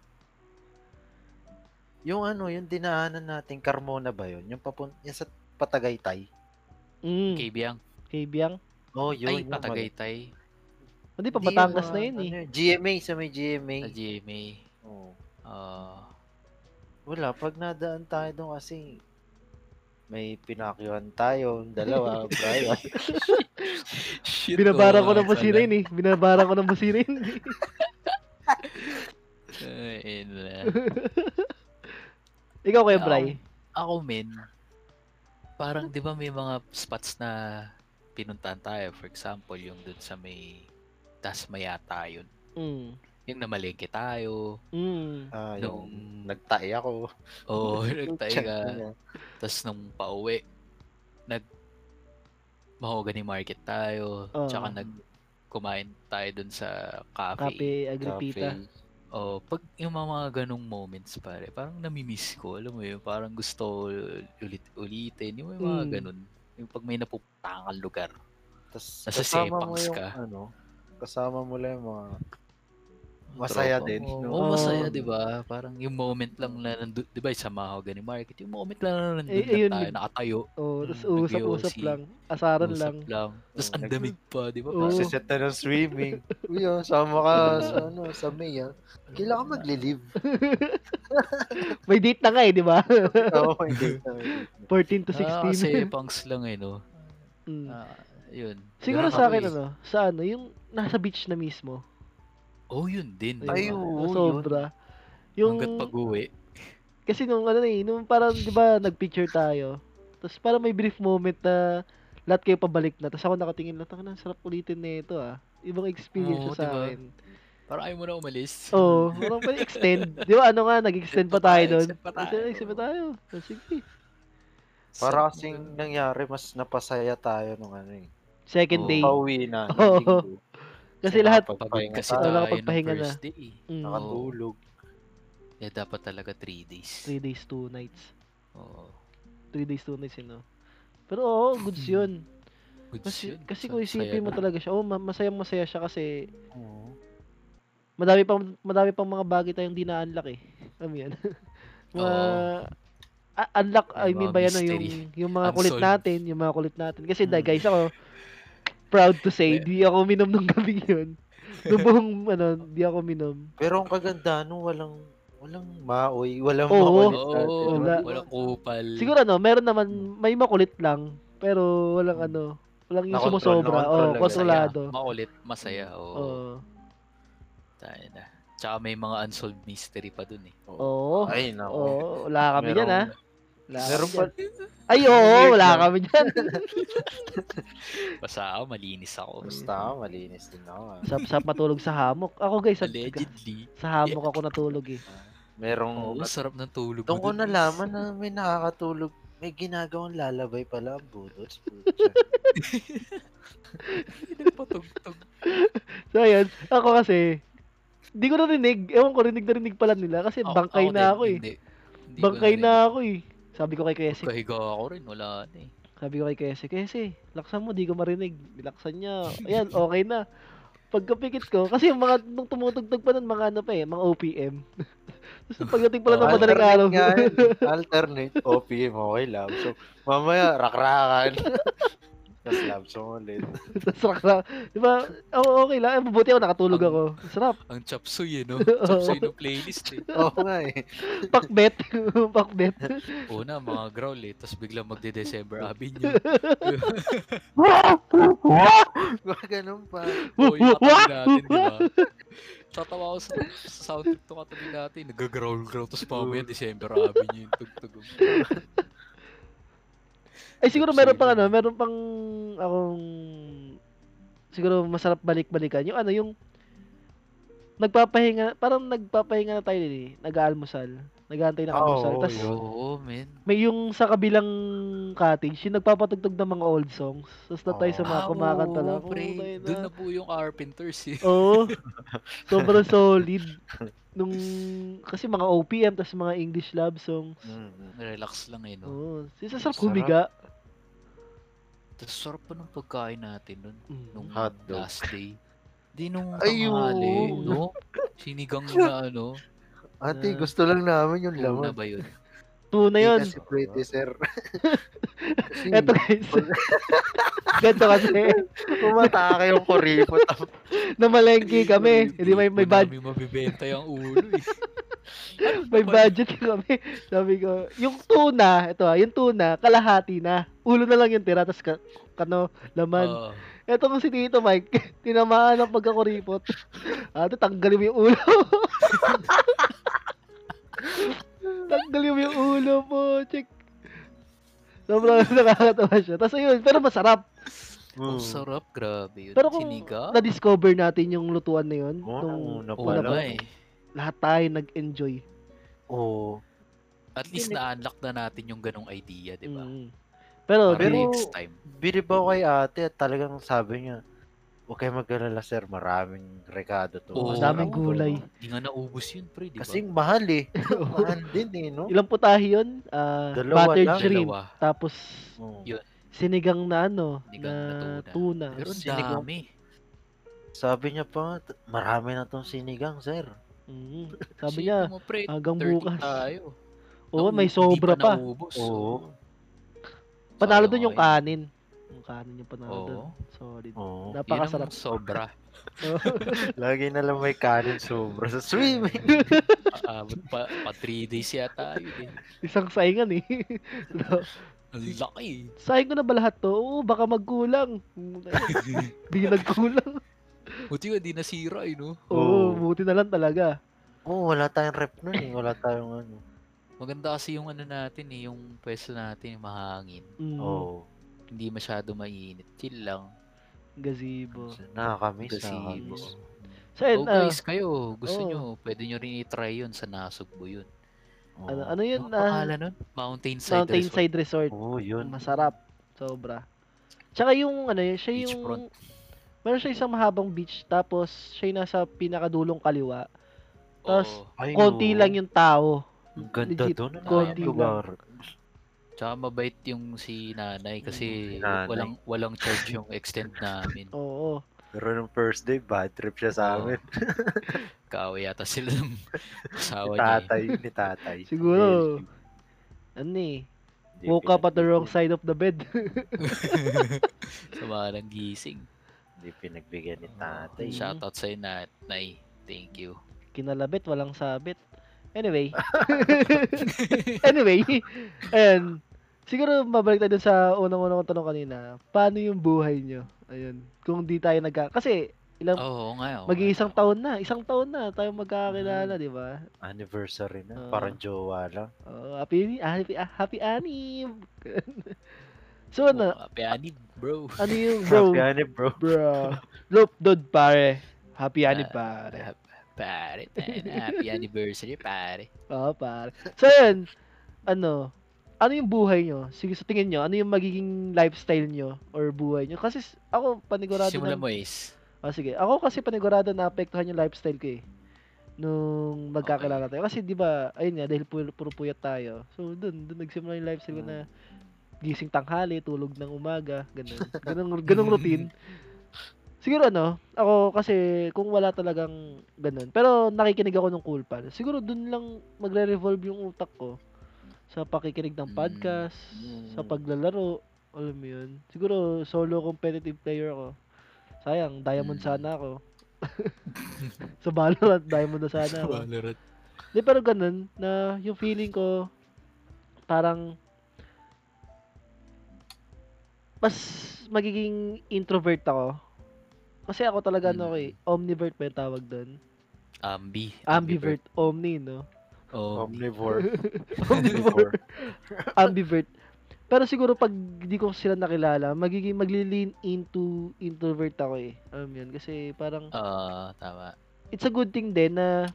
C: Yung ano, yung dinaanan natin, Carmona ba yun? Yung papun... Yung sa Patagaytay?
A: Mm.
B: Kaibiyang.
A: Kaibiyang.
C: Oh, yun.
B: Ay,
C: yung mag-
B: Patagaytay.
A: Hindi pa
C: Hindi,
A: Batangas
C: yung,
A: na
C: ah,
A: yun eh.
C: ano GMA, sa may GMA.
B: Sa GMA.
C: Oo.
B: Ah,
C: Wala, pag nadaan tayo doon kasi may pinakyuhan tayo, dalawa, Brian.
B: shit,
A: Binabara ko
B: oo nga
A: ng busina
B: pala.
A: yun eh. Binabara ko ng busina yun. eh.
B: Ay, ayun Eh, na.
A: Ikaw kayo,
B: Ako.
A: Bray.
B: Ako, men, parang di ba may mga spots na pinuntahan tayo. For example, yung dun sa may Tasmayata yun.
A: Mm.
B: Yung namalengke tayo.
A: Mm.
C: Ah, yung
B: Nung-
C: nagtae ako.
B: Oo, oh, nagtayo
C: Check
B: ka.
C: ko na.
B: Tapos nung pauwi, nag mahogany market tayo.
A: Oo.
B: Tsaka nag kumain tayo dun sa cafe.
A: Kape, Agripita.
C: Cafe.
B: Oh, pag yung mga, mga ganong moments pare, parang namimiss ko, alam mo yun, parang gusto ulit ulitin, yung mga
A: Mm.
B: ganun. Yung pag may napupuntahan kang lugar.
C: Tas
B: Nasa
C: kasama mo
B: sepangs
C: yung
B: ka.
C: ano, kasama mo lang yung mga masaya
B: Tropa
C: din.
A: Oo.
C: no?
B: Oo,
A: Oo.
B: masaya, di ba? Parang yung moment lang na nandun, di ba, sa Mahogany Market, yung moment lang na nandun
A: Eh,
B: lang
A: ayun,
B: tayo,
A: yun.
B: nakatayo,
A: Oh, tapos
C: Mm,
A: usap-usap
B: nag-yosi.
A: lang. Asaran
B: Hmm, usap
A: lang.
B: lang. Tapos
C: Oo.
B: ang damig pa, di ba?
A: Oo.
B: Parang,
C: Kasi set na ng swimming. Uyo, sama ka sa ano, sa May ah. Kailan ka magli-leave?
A: May date na nga eh, di ba?
C: Oo, may date na, may date na.
A: 14 to
B: Ah,
A: 16.
B: kasi punks lang eh, no?
A: Mm.
B: Ah, yun.
A: Siguro
B: Ganun
A: sa
B: ako
A: akin
B: eh.
A: ano, sa ano, yung nasa beach na mismo.
B: Oh, yun din.
A: ano? Ayun,
C: Ay,
B: Ayun.
C: oo,
A: sobra. Yung,
B: Hanggat pag-uwi.
A: kasi nung ano eh, nung parang, di ba, nagpicture tayo. Tapos parang may brief moment na lahat kayo pabalik na. Tapos ako nakatingin lang, "Tangina, ang sarap ulitin na ito ah. Ibang experience siya
B: Oo,
A: sa
B: diba?
A: akin.
B: Parang ayaw mo na umalis.
A: Oo, oh, parang pa extend. Di ba, ano nga, nag-extend pa
B: Extend pa
A: tayo
B: tayo,
A: doon.
B: extend pa tayo.
A: Extend pa tayo. So, sige.
C: Para kasing nangyari, mas napasaya tayo nung ano eh.
A: Second
B: Oo.
A: day.
C: Pauwi na. ng
A: Oo.
C: linggo.
A: Kasi lahat,
B: Pagod
C: nakapagpahinga
B: kasi
A: Wala ka
B: tayo ng
A: pagpahinga na.
B: first day.
A: mm,
B: Naka-
C: Nakatulog.
B: Kaya dapat talaga 3 days.
A: three days, two nights.
B: Oo.
A: Three days, two nights, you know. Pero oo, goods yun.
B: Hmm, Goods
A: Kasi,
B: yun.
A: kasi
B: Sa-
A: kung isipin
B: saya
A: mo
B: na.
A: talaga siya, oh, ma- masayang-masaya siya kasi
C: Oo.
A: madami pang madami pang mga bagay tayong dinaan-lock eh. Alam mo 'yan. mga a- unlock, I
B: Yung
A: mean
B: mga
A: ba yan, no, yung,
B: mystery.
A: yung mga kulit
B: Unsolved.
A: natin, yung mga kulit natin. Kasi dahil
B: Mm.
A: guys, ako, proud to say,
B: Yeah.
A: di ako minom nung gabi yun. Nung buong, ano, di ako minom.
C: Pero ang kaganda no, walang walang maoy, walang
A: Oo.
C: makulit.
B: Oo,
C: natin.
A: wala.
B: walang kupal.
A: Siguro ano, meron naman, may makulit lang, pero walang
C: Mm.
A: ano, walang yung
C: Na-control,
A: sumusobra, o
C: na-control lang.
A: kontrolado.
B: Masaya. Makulit, masaya. Oo.
A: Oo.
B: Tayo na. Tsaka may mga unsolved mystery pa dun eh.
A: Oo.
C: Ay, nako.
A: Oo, wala kami
C: Merong-
A: dyan ha. Wala
C: Meron
A: kami dyan. Ay, oo, wala
C: Weird, no?
A: kami dyan.
B: Basta ako, malinis ako.
C: Basta ako, malinis din ako. ah.
A: Sap-sap matulog sa hamok. Ako guys, sa,
B: Allegedly.
A: sa hamok ako natulog eh.
B: Oo,
C: Merong...
B: oh, sarap ng tulog.
C: Doon ko
B: dun.
C: nalaman na may nakakatulog. May ginagawang lalabay pala ang budots.
B: Nagpatugtog.
A: So, ayun. Ako kasi, hindi ko narinig. Ewan ko, rinig na rinig pala nila kasi
B: Oh, Ako-
A: bangkay
B: din,
A: na ako eh.
B: hindi. Hindi ko
A: Bangkay
B: narinig.
A: na ako eh. Sabi ko kay Kese,
B: Kahiga ako rin, wala na eh.
A: sabi ko kay Kese, Kese, laksan mo, di ko marinig. Nilaksan niya. Ayan, okay na. Pagkapikit ko, kasi yung mga, nung tumutugtog pa nun, mga ano pa eh, mga OPM. Tapos nung pagdating pala ng
B: Oh,
A: madaling Ano araw.
C: nga yun. Alternate. OPM, okay, lab. So, mamaya, rakrakan. Tapos lab song ulit.
A: Tapos rock na. Di ba? Oo, okay lang. Eh, Mabuti ako, nakatulog
B: Ang-
A: ako. Sarap.
B: Ang chapsuy eh, no? Chapsuy ng playlist eh.
C: Oo nga eh.
A: Pakbet. Pakbet.
B: Una, mga growl eh. Tapos biglang magde-December Avenue.
C: Mga ganun pa.
B: Boy, katabi natin, di ba? Tatawa ako sa, sa sound trip to katabi natin. Nag-growl growl. Tapos mamaya December Avenue yung tugtog.
A: Ay, siguro meron pang ano, meron pang akong siguro masarap balik-balikan. Yung ano, yung nagpapahinga, parang nagpapahinga na tayo din eh. Nag-aalmusal. Nag-aantay ng
C: Oo,
A: almusal.
C: oo,
A: Tapos
C: yun.
B: Oo, men.
A: may yung sa kabilang cottage, yung nagpapatugtog ng mga old songs. Tapos na tayo sa
C: Ah, Oo.
A: mga kumakanta lang.
B: pre.
A: Putay na.
B: Doon na po yung Carpenters eh.
A: Oo. Sobrang solid. Nung, kasi mga OPM, tapos mga English love songs.
C: Mm-mm.
B: Relax lang eh, no?
A: Oo. Sisasarap
C: Sarap.
A: humiga.
B: Tapos sarap pa ng pagkain natin nun. Nung
A: Mm.
C: Hotdog.
B: last day. Di nung
C: Ayun.
B: tanghali, no? Sinigang na ano.
C: Ate, gusto lang namin yung
B: Una
C: laman.
B: ba yun?
A: Tuna
C: Di
A: Ano yun.
C: Kasi pretty, sir. Kasi
A: Eto guys. Ganito kasi.
C: Umatake yung kuripot.
A: Namalengke kami. Hindi may, may, bud-
B: Hindi mabibenta yung ulo eh.
A: may budget kami. Sabi ko, yung tuna, ito ah, yung tuna, kalahati na. Ulo na lang yung tira, tapos ka, kano, laman.
B: Oo.
A: Eto ko si Tito Mike, tinamaan ang pagkakuripot. Ate, tanggalin mo yung ulo. tanggalin mo yung ulo po, check. Sobrang nakakatawa siya. Tapos ayun, pero masarap.
B: Ang
C: Hmm.
B: sarap, grabe yun.
A: Pero kung
B: Sinigang?
A: na-discover natin yung lutuan na yun,
C: Oo,
A: nung
C: una pa
B: Oo
A: una
B: ba
A: pa,
B: eh.
A: lahat tayo nag-enjoy.
C: Oo.
B: At least na-unlock na natin yung ganong idea, di ba?
A: Mm. Pero,
B: Para
C: Pero-
B: next time.
C: Biribaw kay ate at talagang sabi niya, huwag kayo mag-alala sir, maraming rekado to. diba?
B: Oo,
A: ang daming
B: oo.
A: gulay.
B: Hindi nga naubos yun, pre, di ba?
C: Kasing mahal eh. mahal din eh, no?
A: Ilang putahe yun? Ah,
C: Dalawa
A: buttered
C: lang.
A: shrimp.
B: Dalawa.
A: Tapos,
C: Oo.
B: Yun.
A: sinigang na ano,
B: Sinigang na
A: na
B: tuna.
A: tuna.
B: Pero ang
C: sinigang.
B: dami.
C: Sabi niya pa, nga, marami na tong sinigang sir.
A: Mm. Sabi niya,
B: Isipin mo, pre,
A: hanggang
B: 30
A: bukas.
B: tayo.
A: Oo, may
B: Naubos-
A: sobra
B: di
A: pa.
B: naubos.
C: Oo.
A: Panalo
B: Sayang
A: dun yung
B: nga yun.
A: kanin. Yung kanin yung panalo
B: Oo.
A: dun. Solid.
C: Oo.
B: Yun
A: Napakasarap.
B: ang sobra.
C: Lagi na lang may kanin sobra sa swimming.
B: Aabot pa, pa 3 days yata yun eh.
A: Isang saingan eh. So,
B: Ang laki.
A: Sayang ko na ba lahat to? Oo, baka magkulang. Di nagkulang.
B: Buti nga, di nasira eh, no?
A: Oo,
C: Oo.
A: buti na lang talaga.
C: Oo, wala tayong rep nun eh. Wala tayong ano.
B: Maganda kasi yung ano natin eh, yung pwesto natin, yung mahangin.
A: Mm,
C: Oo.
B: Hindi masyado mainit. Chill lang.
A: Gazebo.
C: Nakakamiss,
B: Kasi-
C: nakakamiss.
A: So, and,
B: oh,
A: ah,
B: guys, kayo, gusto
A: oo.
B: nyo, pwede nyo rin i-try yun sa Nasugbo yun.
C: Oo.
A: ano, ano yun?
B: Ano ang
A: ah,
B: pangalan nun? Mountainside Resort.
A: Mountainside Resort.
C: Oo, yun.
A: Masarap. Sobra. Tsaka yung, ano yun, siya yung...
B: Beachfront.
A: Meron siya isang mahabang beach, tapos siya yung nasa pinakadulong kaliwa. Tapos,
B: Oo.
C: Ay,
A: Konti
C: oo.
A: lang yung tao.
C: Ang ganda
A: Legit,
C: doon. Ang
B: konti
C: daming
A: lang.
C: lugar.
B: Tsaka mabait yung si nanay kasi
C: Mm, si nanay.
B: walang walang charge yung extend namin.
A: Oo.
C: Pero nung first day, bad trip siya sa amin.
B: Kaaway yata sila ng asawa
C: Ni
B: niya. eh.
C: tatay, ni tatay.
A: eh. Siguro. Ano eh.
C: Hindi
A: Woke up at the wrong
C: pinagbigyan-
A: side of the bed.
B: eh. Sama ng gising.
C: Hindi pinagbigyan ni tatay.
A: Mm.
B: Shoutout sa'yo nanay. Thank you.
A: Kinalabit, walang sabit. Anyway. anyway. Ayan. Siguro mabalik tayo dun sa unang-unang kong tanong kanina. Paano yung buhay nyo? Ayun. Kung di tayo nagka... Kasi Ilang,
C: Oh,
B: Oo nga. oo nga.
A: mag-iisang taon na. Isang taon na tayo
C: Hmm.
A: magkakilala, di ba?
C: Anniversary na.
A: Oo.
C: parang jowa lang.
A: Oh, happy, happy, happy anib! so,
B: Oo,
A: ano,
B: Happy anib, bro.
A: ano yung bro?
C: Oh. Happy anniv, bro.
A: bro. Loop, dude, pare. Happy anib, pare.
B: Ah, Pare, tayo na. happy anniversary, pare.
A: Oo, pare. So, yun. Ano, ano yung buhay nyo? Sige, sa tingin nyo, ano yung magiging lifestyle nyo or buhay nyo? Kasi s- ako, panigurado
B: Simulan
A: na...
B: mo, Ace.
A: Ah, sige. Ako kasi panigurado na apektuhan yung lifestyle ko eh. Nung magkakilala tayo. Kasi di ba, ayun nga, dahil puro, puro puyat tayo. So, dun, dun nagsimula yung lifestyle ko na gising tanghali, tulog ng umaga, ganun. Ganung ganung routine. Siguro ano, ako kasi kung wala talagang ganun. Pero nakikinig ako ng cool pal. Siguro dun lang magre-revolve yung utak ko sa pakikinig ng
B: Mm.
A: podcast, sa
C: Mm.
A: paglalaro, alam mo yun. Siguro solo competitive player ako. Sayang, diamond
B: Mm.
A: sana ako. sa Valorant, diamond na sana ako.
B: Valorant.
A: Di pero ganun na yung feeling ko parang mas magiging introvert ako. Kasi ako talaga ano ako eh, omnivert ba yung tawag doon?
B: Ambi.
A: Ambivert, omni, no?
B: Oh,
C: Omnivore.
A: Omnivore, ambivert. Pero siguro pag di ko sila nakilala, magiging magli-lean into introvert ako eh. Alam mo yun? Kasi parang
B: ah, tama.
A: it's a good thing din na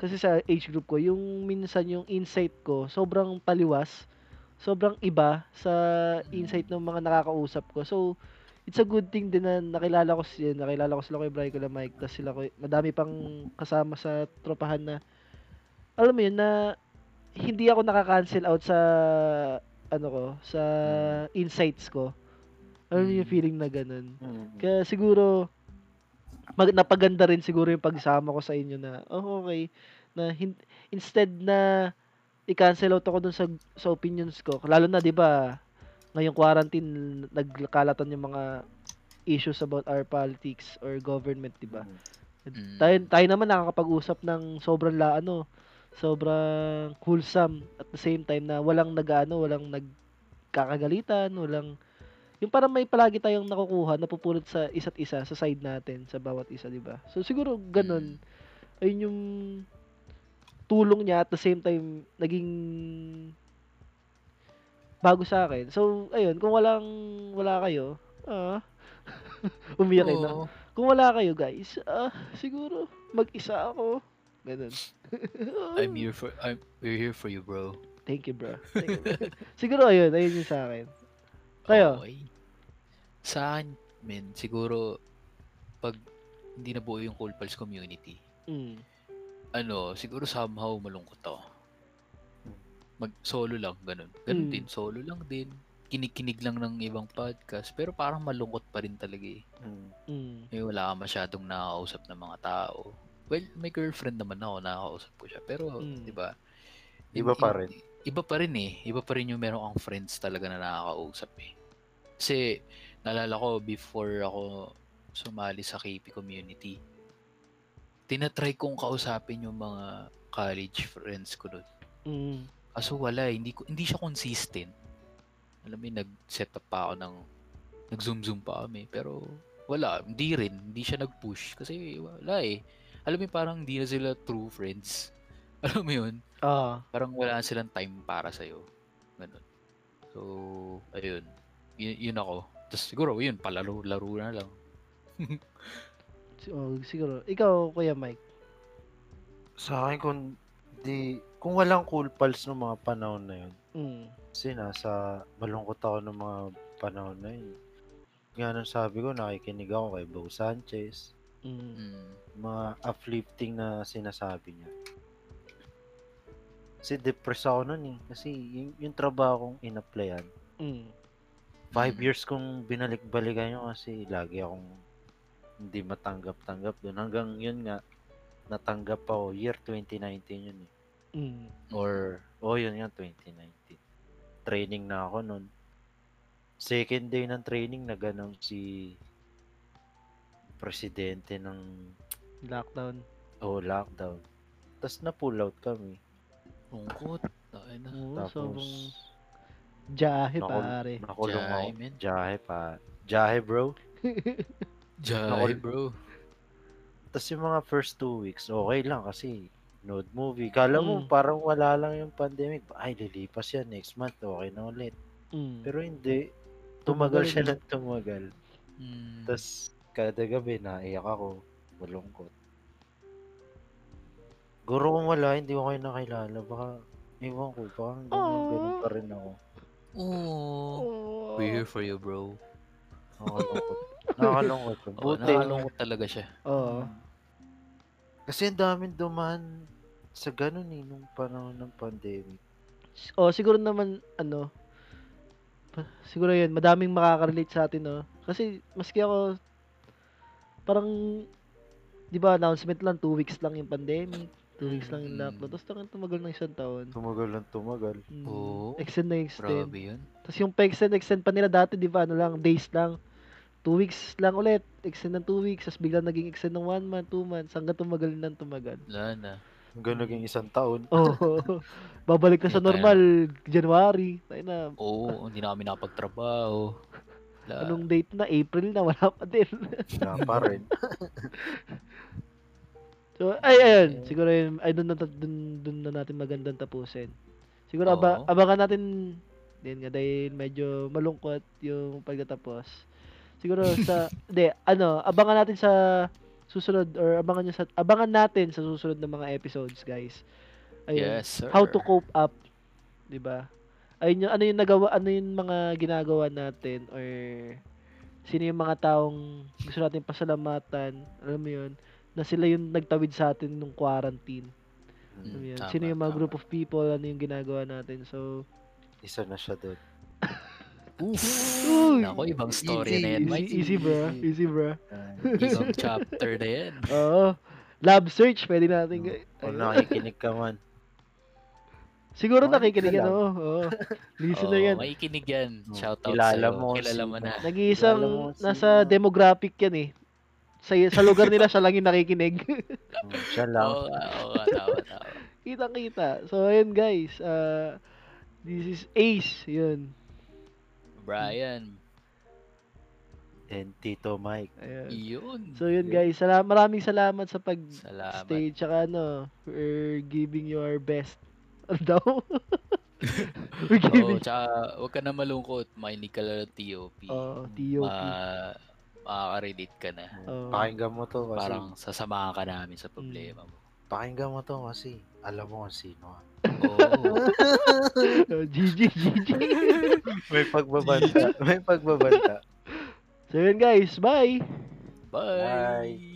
A: kasi sa age group ko, yung minsan yung insight ko, sobrang taliwas, sobrang iba sa insight ng mga nakakausap ko. So, it's a good thing din na nakilala ko sila, nakilala ko sila kay Brian Kula Mike, tapos sila ko, madami pang kasama sa tropahan na, alam mo yun, na hindi ako nakaka-cancel out sa, ano ko, sa insights ko. Alam mo yung
B: Mm.
A: feeling na ganun.
C: Mm.
A: Hmm. Kaya siguro mag, napaganda rin siguro yung pagsama ko sa inyo na oh, okay na hin- instead na i-cancel out ako dun sa sa opinions ko lalo na 'di ba ngayong quarantine nagkalatan yung mga issues about our politics or government 'di ba
B: Mm.
A: tayo, tayo naman nakakapag-usap ng sobrang la ano, sobrang wholesome at the same time na walang nag-ano, walang nagkakagalitan, walang yung parang may palagi tayong nakukuha napupulot sa isa't isa sa side natin sa bawat isa, 'di ba? So siguro ganun ayun yung tulong niya at the same time naging bago sa akin. So ayun, kung walang wala kayo, ah
B: Mm.
A: umiyak na
B: Oo.
A: kung wala kayo guys, ah, siguro mag-isa ako. Ganun.
B: I'm here for I'm we're here for you, bro.
A: Thank you, bro. Thank you, bro. siguro ayun, ayun yung sa akin. Kayo?
B: Okay. Sa akin, men, siguro pag hindi nabuo yung Cold Pals community,
A: Mm.
B: ano, siguro somehow malungkot ako. Mag solo lang, ganun. Ganun
A: Mm.
B: din, solo lang din. Kinikinig lang ng ibang podcast, pero parang malungkot pa rin talaga eh.
C: Mm.
A: Mm.
B: Eh, wala ka masyadong nakakausap ng mga tao. Well, may girlfriend naman ako, nakakausap ko siya. Pero,
A: Mm.
B: di ba?
C: Iba
B: i-
C: pa
B: i-
C: rin.
B: Iba pa rin eh. Iba pa rin yung meron kang friends talaga na nakakausap eh. Kasi, naalala ko, before ako sumali sa KP community, tinatry kong kausapin yung mga college friends ko doon.
A: Mm.
B: Kaso wala, eh, hindi, ko, hindi siya consistent. Alam mo, yun, nag-set up pa ako ng, nag-zoom-zoom pa kami. Pero wala, hindi rin, hindi siya nag-push. Kasi wala eh. Alam mo, yun, parang hindi na sila true friends. Alam mo yun?
A: Ah.
B: Parang wala silang time para sa'yo. Ganun. So, ayun. Y- yun ako. Tapos siguro, yun, palaro-laro na lang.
A: si- oh, siguro. Ikaw, Kuya Mike.
C: Sa akin, kung di, kung walang cool pals ng mga panahon na yun,
A: Mm.
C: kasi nasa malungkot ako ng mga panahon na yun. Nga nang sabi ko, nakikinig ako kay Bo Sanchez,
A: Mm.
B: Mm.
C: mga uplifting na sinasabi niya. Kasi depressed ako nun eh. Kasi yung, yung trabaho kong in-applyan,
A: Mm.
C: five
B: Mm.
C: years kong binalik-balikan yun kasi lagi akong hindi matanggap-tanggap doon. Hanggang yun nga, natanggap ako. Year 2019 yun eh.
A: Mm.
C: Or, oh yun nga, 2019. Training na ako noon. Second day ng training, nag-announce si presidente ng
A: Lockdown.
C: oh, lockdown. Tapos na-pull out kami.
B: Lungkot. Ay na.
A: Oo,
C: Tapos,
A: Mm, sobrang jahe,
C: nakul-
A: pare.
C: nakulong
B: Jahe,
C: ako.
B: men.
C: Jahe pa. Jahe bro.
B: Jai,
C: Nakul-
B: bro.
C: Tapos yung mga first two weeks, okay lang kasi nude movie. Kala mo
A: Mm.
C: parang wala lang yung pandemic. Ay, lilipas yan next month. Okay na ulit.
A: Mm.
C: Pero hindi.
A: Tumagal
C: Tumagal siya
A: na.
C: ng tumagal.
B: Mm.
C: Tapos kada gabi naiyak ako. Malungkot. Guro kung wala, hindi ko kayo nakilala. Baka, ewan ko, baka ganun, ganun pa rin ako.
B: oh,
A: Oh.
B: we're here for you, bro.
C: Nakakalungkot. Nakakalungkot.
B: Oh,
C: Buti.
B: nakalungkot talaga siya.
A: Oo.
C: Kasi ang daming duman sa ganun eh, nung panahon ng pandemic.
A: S- Oh, siguro naman ano pa- siguro 'yun, madaming makaka-relate sa atin, no. Kasi maski ako parang 'di ba announcement lang 2 weeks lang yung pandemic, 2 weeks lang yung
B: Mm.
A: lockdown. Tapos tangan tumagal ng isang taon.
C: Tumagal lang tumagal.
A: Mm.
B: Oo.
A: Extend na extend.
B: Grabe yun.
A: Tapos yung pa-extend, extend pa nila dati, di ba? Ano lang, days lang. Two weeks lang ulit. Extend ng two weeks. Tapos biglang naging extend ng one month, two months. Hanggang tumagal ng tumagal.
B: Wala na.
C: Hanggang naging isang taon.
A: Oo. Babalik na sa
B: Puta
A: normal, January. Tayo na,
B: Oo, hindi na kami nakapagtrabaho. Wala.
A: Ah. anong date na? April na, wala pa din.
C: Wala pa rin.
A: so, ay, ayun. Siguro yun, ay, dun, na- dun, dun na natin magandang tapusin. Siguro, aba,
B: Oo.
A: abangan natin din nga dahil medyo malungkot yung pagkatapos. Siguro sa, de, ano, abangan natin sa susunod or abangan nyo sa, abangan natin sa susunod na mga episodes, guys. Ayun.
B: Yes, sir.
A: How to cope up, 'di ba? Ayun yung ano yung nagawa, ano yung mga ginagawa natin or sino yung mga taong gusto natin pasalamatan, alam mo 'yun, na sila yung nagtawid sa atin nung quarantine. Alam mo
B: Mm,
A: yun?
B: tama,
A: sino yung mga
B: tama.
A: group of people, ano yung ginagawa natin. So,
C: Isa na siya doon.
B: Oof.
A: Uy!
B: Nako, ibang story na
A: easy,
B: yan, Mike.
A: easy bro, easy bro.
B: Ibang chapter na yan.
A: Oo. Lab search, pwede natin.
C: Oo.
A: ga-
C: Kung
A: ayun.
C: nakikinig ka man.
A: Siguro
C: Mga
A: nakikinig yan,
C: isa lang.
A: oo. oo.
B: Oo,
A: Listener yan. Hmm,
B: Maikinig yan.
C: Oo,
B: Shout out
C: kilala
B: sa'yo.
C: mo
B: Kilala
C: si-
B: mo na.
A: Nag-iisang
C: Kilala mo si-
A: nasa
B: ano.
A: demographic yan eh. Sa, sa lugar nila siya lang yung nakikinig.
C: Mm, Siya lang.
B: Oo, nga, oo, nga, tama, tama.
A: Kitang-kita. So, ayun guys. Uh, this is Ace. Yun.
B: Brian,
C: And Tito Mike.
A: Ayun.
B: yun.
A: So, yun guys. Sala- maraming salamat sa pag-stay.
B: Salamat.
A: Tsaka ano, we're giving you our best. Ano daw? we're
B: Oo,
A: giving...
B: tsaka huwag ka na malungkot. Mainig ka lang ng TOP.
A: Oh, TOP.
B: Ma- makaka-relate ka na.
A: Oo.
C: Mm, Pakinggan mo to kasi.
B: Parang sasamahan ka namin
A: Hmm.
B: sa problema mo.
C: Pakinggan mo to kasi. Alam mo kung sino. ah.
B: Oo.
A: Oh, GG, GG.
C: May pagbabanta. May pagbabanta.
A: so, yun guys. Bye!
B: Bye.